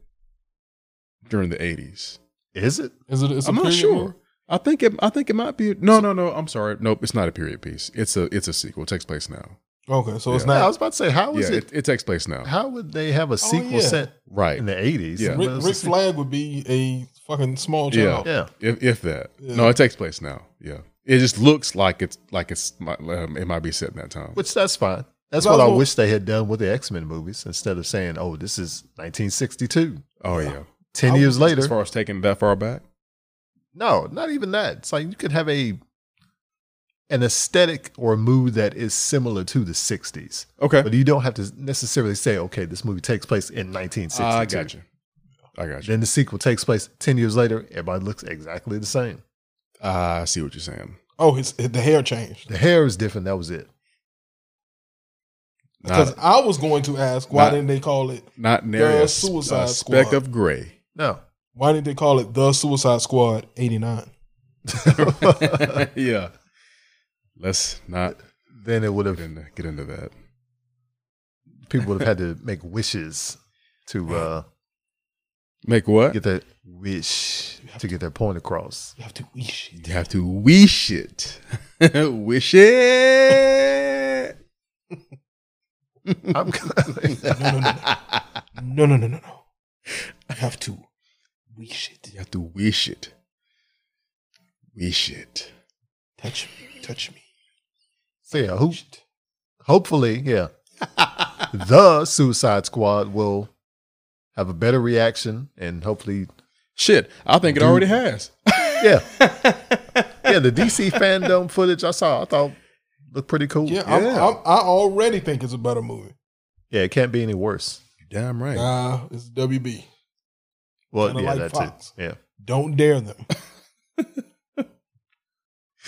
B: during the '80s.
A: Is it?
C: Is it? It's a
B: I'm not
C: period
B: sure.
C: movie?
B: I think it. I think it might be. No, no, no. I'm sorry. Nope. It's not a period piece. It's a. It's a sequel. It takes place now.
C: Okay, so it's
B: Yeah.
A: Yeah, I
C: not.
A: was about to say, how is
B: yeah.
A: it,
B: It, it takes place now.
A: How would they have a sequel
C: yeah.
A: set
B: Right.
A: in the eighties?
B: Yeah.
C: Rick, Rick Flag would be a fucking small
B: Yeah.
C: child.
A: Yeah,
B: If if that.
C: Yeah.
B: No, it takes place now. Yeah. It just looks like it's like it's mi- um, it might be set in that time.
A: which that's fine. That's
C: Well,
A: what I
C: well-
A: wish they had done with the X Men movies instead of saying, "Oh, this is 1962."
B: oh yeah.
A: Ten
C: I
A: years
B: As
A: later,
B: far as taking that far back.
A: no, not even that. It's like you could have a an aesthetic or a mood that is similar to the 60s,
B: Okay.
A: but you don't have to necessarily say, "Okay, this movie takes place in 1962."
B: Ah, I got you. I got you.
A: Then the sequel takes place ten years later. Everybody looks exactly the same.
B: I see what you're saying.
C: Oh, his the hair changed.
A: The hair is different. That was it.
B: Not
C: Because I was going to ask why
B: Not-
C: didn't they call it
B: not nearly a,
C: Girl,
B: s-
C: Suicide
B: a speck
C: Squad.
B: of
A: *laughs*
B: gray. *laughs*
A: No,
C: why didn't they call it the Suicide Squad eighty nine?
B: yeah. Let's not
A: then it would have
B: get into, get into that.
A: people would have had to make wishes to uh,
B: Make what?
A: get that wish to get their point across.
C: You have to wish. it.
B: You have to wish it. *laughs* wish it.
A: I'm *laughs*
C: No, no, no, no, no, no, no, no, no. You have to wish it.
B: You have to wish it. Wish it.
C: Touch me, touch me.
A: so yeah, who,
C: Wish it.
A: hopefully,
C: *laughs*
A: yeah, the Suicide Squad will have a better reaction and hopefully,
B: Shit, I think it already has.
A: yeah, yeah. The
C: *laughs*
A: DC fandom footage I saw, I thought looked pretty cool.
C: Yeah, I'm,
B: Yeah.
C: I'm, I already think it's a better movie.
A: yeah, it can't be any worse.
B: Damn right. *laughs*
C: Nah, it's WB.
A: Well,
C: Kinda
A: yeah,
C: like
A: that
C: Fox.
A: too. Yeah.
C: Don't dare them.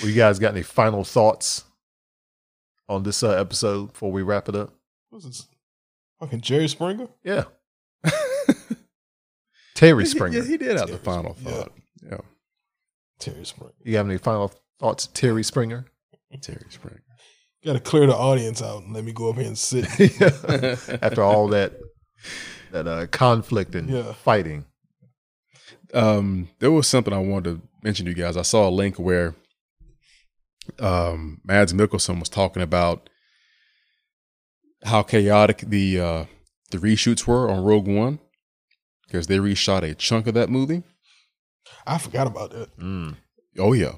A: Well, you guys got any final thoughts on this uh, episode before we wrap it up?
C: What's this? Fucking Jerry Springer?
A: Yeah. Terry
B: Yeah,
A: Springer.
B: he did have the
C: Serious.
B: final
C: Yeah.
B: thought. Yeah.
C: Terry Springer.
A: You have any final thoughts, Terry
C: *laughs*
A: Springer?
B: Terry Springer.
C: Gotta clear the audience out and let me go up here and sit.
B: *laughs*
A: After all that that uh, conflict and
C: Yeah.
A: fighting.
B: um, there was something I wanted to mention to you guys. I saw a link where um, Mads Mikkelsen was talking about how chaotic the uh, the reshoots were on Rogue One because they reshot a chunk of that movie.
C: I forgot about that.
A: Mm.
B: Oh yeah,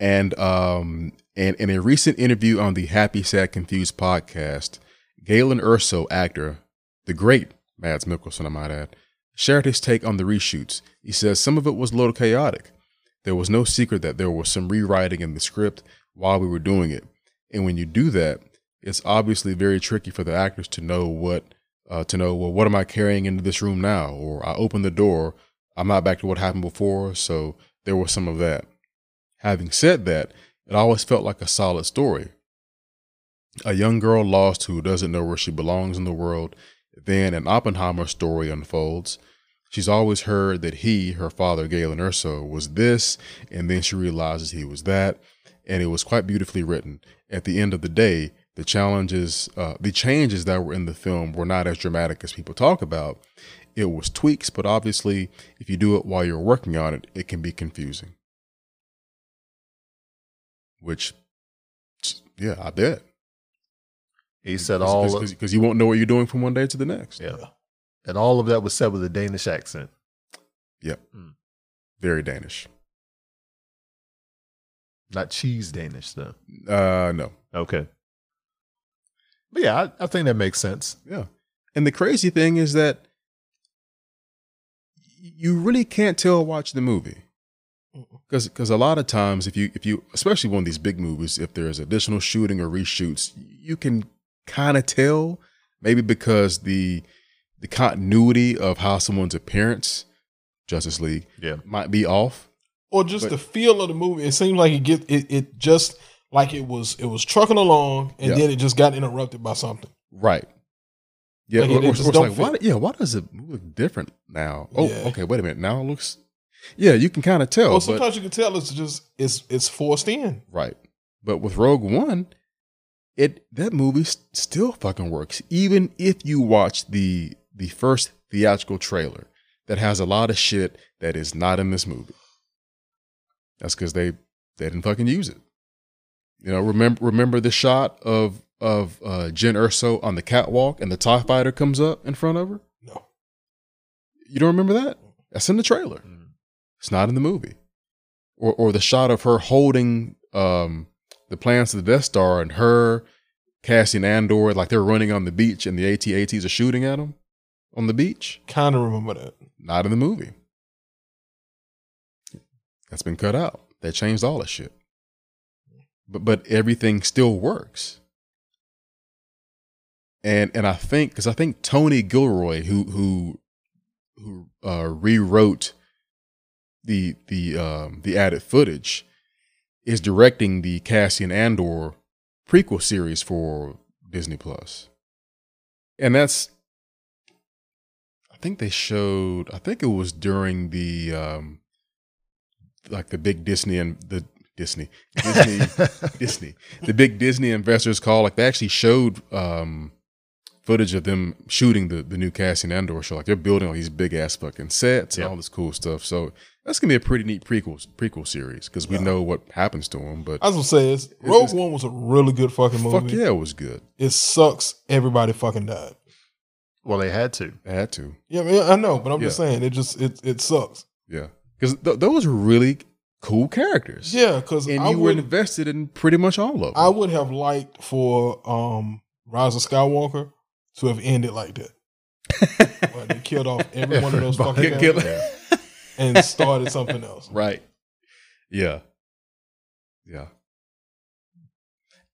B: and um, and in a recent interview on the Happy Sad Confused podcast, Galen Urso, actor, the great Mads Mikkelsen, I might add, shared his take on the reshoots. He says some of it was a little chaotic. There was no secret that there was some rewriting in the script while we were doing it, and when you do that, it's obviously very tricky for the actors to know what uh, to know. Well, what am I carrying into this room now? Or I opened the door. I'm not back to what happened before, so there was some of that. Having said that, it always felt like a solid story. A young girl lost who doesn't know where she belongs in the world, then an Oppenheimer story unfolds. She's always heard that he, her father, Galen Erso, was this, and then she realizes he was that, and it was quite beautifully written. At the end of the day, the challenges, uh, the changes that were in the film were not as dramatic as people talk about. It was tweaks, but obviously, if you do it while you're working on it, it can be confusing which yeah i bet
A: He said all of,
B: because you won't know what you're doing from one day to the next
A: yeah. And all of that was said with a Danish accent.
B: very danish
A: Not cheese Danish though.
B: uh no
A: Okay. But yeah, I, I think that makes sense.
B: yeah and the crazy thing is that you really can't tell watch the movie because a lot of times if you if you especially one of these big movies if there's additional shooting or reshoots you can kind of tell maybe because the the continuity of how someone's appearance justice league
A: Yeah.
B: might be off
C: Or just
B: But-
C: the feel of the movie. It seemed like it get it, it just like it was it was trucking along and
B: Yeah.
C: then it just got interrupted by something.
B: Right. Yeah,
C: Like,
B: or,
C: it- it
B: or- or
C: just
B: it's
C: don't
B: like, why, yeah, why does it look different now? Oh,
C: Yeah.
B: okay, wait a minute. Now it looks, yeah, you can kind of tell.
C: well,
B: but-
C: sometimes you can tell it's just it's it's forced in.
B: right. But with Rogue One, it that movie s- still fucking works, even if you watch the the first theatrical trailer that has a lot of shit that is not in this movie. That's because they they didn't fucking use it. You know, remember remember the shot of of uh, Jen Urso on the catwalk and the Tie Fighter comes up in front of her.
C: No.
B: You don't remember that? That's in the trailer.
A: Mm.
B: It's not in the movie. Or or the shot of her holding um the plans to the Death Star and her Cassian Andor like they're running on the beach and the AT-ATs are shooting at them on the beach.
C: Kind of remember that.
B: Not in the movie. That's been cut out. They changed all that shit. But but everything still works. And and I think because I think Tony Gilroy who who who uh, rewrote the the um, the added footage is directing the Cassian Andor prequel series for Disney Plus. And that's I think they showed I think it was during the um like the big Disney and the Disney
C: *laughs*
B: Disney Disney the big Disney investors call like they actually showed um footage of them shooting the the new Cassian Andor show like they're building all these big ass fucking sets
A: Yeah.
B: and all this cool stuff so that's gonna be a pretty neat prequel prequel series because we
C: Yeah.
B: know what happens to them but
C: I was gonna say it's, Rogue
B: it's-
C: One was a really good fucking movie.
B: fuck yeah it was good
C: It sucks everybody fucking died.
A: Well, they had to.
B: I had to
C: Yeah, I, mean, I know, but I'm just saying it just it it sucks.
B: yeah because th- those were really cool characters
C: Yeah, because
B: and
C: I
B: you were
C: would
B: invested in pretty much all of them
C: I would have liked for um Rise of Skywalker to have ended like that. But they killed off every one of those fucking
B: Get- get-
C: characters and started something
B: *laughs*
C: else.
B: right yeah yeah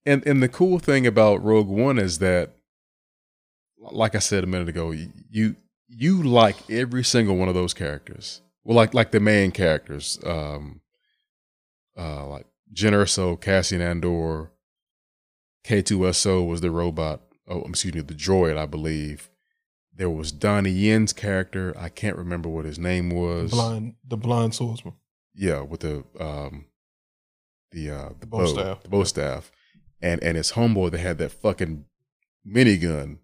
B: and and the cool thing about rogue one is that like i said a minute ago y- you you like every single one of those characters well like like the main characters um uh like jen urso cassian andor k2so was the robot oh excuse me the droid i believe there was donnie yen's character i can't remember what his name was
C: Blind the blind swordsman.
B: yeah, with the um the uh the
C: bow
B: bow,
C: staff.
B: the bow staff, and and his homeboy that had that fucking minigun.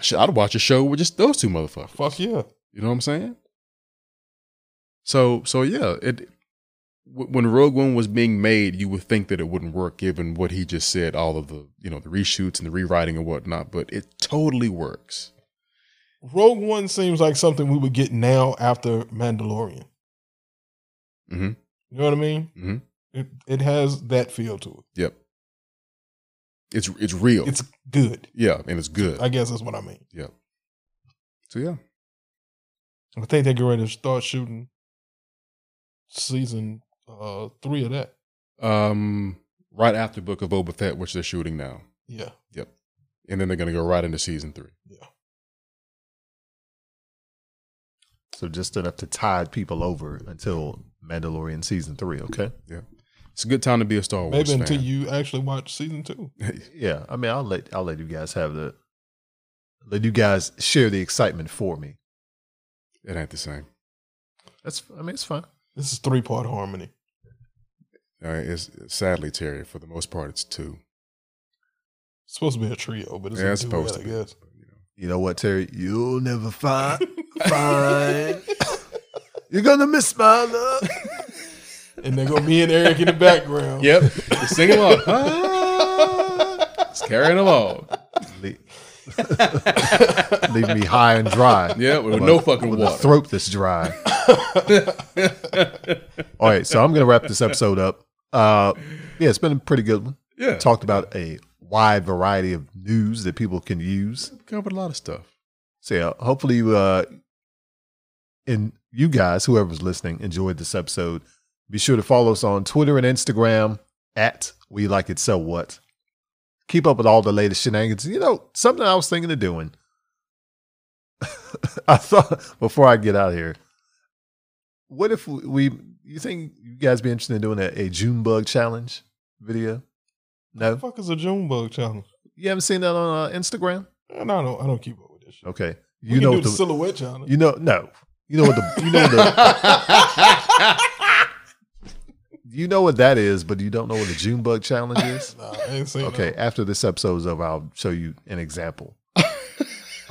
B: Shit, I'd watch a show with just those two motherfuckers.
C: Fuck yeah.
B: You know what I'm saying? So so yeah, it w- when Rogue One was being made, you would think that it wouldn't work given what he just said, all of the you know the reshoots and the rewriting and whatnot, but it totally works.
C: Rogue One seems like something we would get now after Mandalorian.
B: Mhm.
C: You know what I mean?
B: Mhm.
C: It it has that feel to
B: Yep, it's it's real.
C: it. It's good.
B: yeah, and it's good.
C: I guess that's what I mean.
B: so yeah,
C: I think they're getting ready to start shooting season uh three of that.
B: Um, right after Book of Boba Fett, which they're shooting now,
C: Yeah.
B: and then they're gonna go right into season three.
A: So just enough to tide people over until Mandalorian season three. Okay.
B: It's a good time to be a Star Wars
C: Maybe
B: fan.
C: until you actually watch season two.
A: Yeah. I mean, I'll let I'll let you guys have the let you guys share the excitement for me.
B: it ain't the same.
A: That's I mean, it's fine.
C: This is three part harmony.
B: All right, Uh, it's sadly Terry. For the most part, it's two.
C: It's supposed to be a trio, but it's,
B: yeah,
C: a
B: it's supposed to
C: I
B: be.
C: guess.
B: but, you know.
A: You know what, Terry? You'll never find
C: *laughs*
A: fine. You're gonna miss my love.
C: And they're gonna be in Eric in the background.
B: Yep, it's singing along. *laughs* Ah, it's carrying along.
A: Le- Leave me high and dry.
B: Yeah, with
A: But
B: no fucking
A: with a
B: water.
A: throat that's
B: *laughs*
A: dry. All right, so I'm gonna wrap this episode up. Uh, yeah, it's been a pretty good one.
B: yeah,
A: Talked about a wide variety of news that people can use.
B: covered a lot
A: *laughs*
B: of stuff.
A: So yeah, hopefully you uh and you guys, whoever's listening, enjoyed this episode. Be sure to follow us on Twitter and Instagram at We Like It So What. Keep up with all the latest shenanigans. You know, something I was thinking of doing. *laughs* I thought before I get out of here, what if we you think you guys be interested in doing a, a June bug challenge video?
C: The
A: No?
C: fuck is a June bug challenge?
A: You haven't seen that on uh, Instagram?
C: And I don't I don't keep up with this shit.
A: Okay.
C: We
A: You
C: can
A: know
C: do
A: what
C: the,
A: the-
C: silhouette challenge.
A: you know, no. You know what the you know what
B: *laughs*
A: the you know what that is, but you don't know what the June bug challenge
C: *laughs*
A: is.
C: Nah, I ain't seen
A: Okay, after this episode is over, I'll show you an example.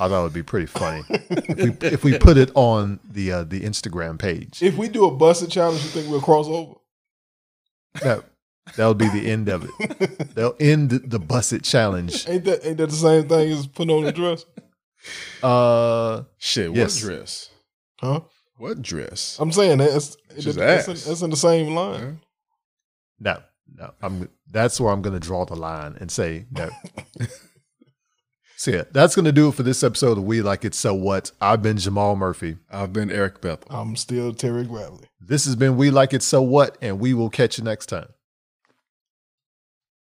A: I thought it would be pretty funny if we, if we put it on the uh, the Instagram page.
C: If we do a busted challenge, you think we'll cross over?
A: That that'll be the end of it. They'll end the busset challenge.
C: ain't that ain't that the same thing as putting on a dress?
A: Uh,
B: Shit,
A: Yes.
B: what dress?
C: Huh?
B: What dress?
C: I'm saying that's
B: Just
C: that's, in,
B: ask.
C: that's in the same line.
A: no, no. I'm that's where I'm gonna draw the line and say no. so yeah, that's gonna do it for this episode of We Like It So What. I've been Jamal Murphy.
B: I've been Eric Bethel.
C: I'm still Terry Gravely.
A: This has been We Like It So What, and we will catch you next time.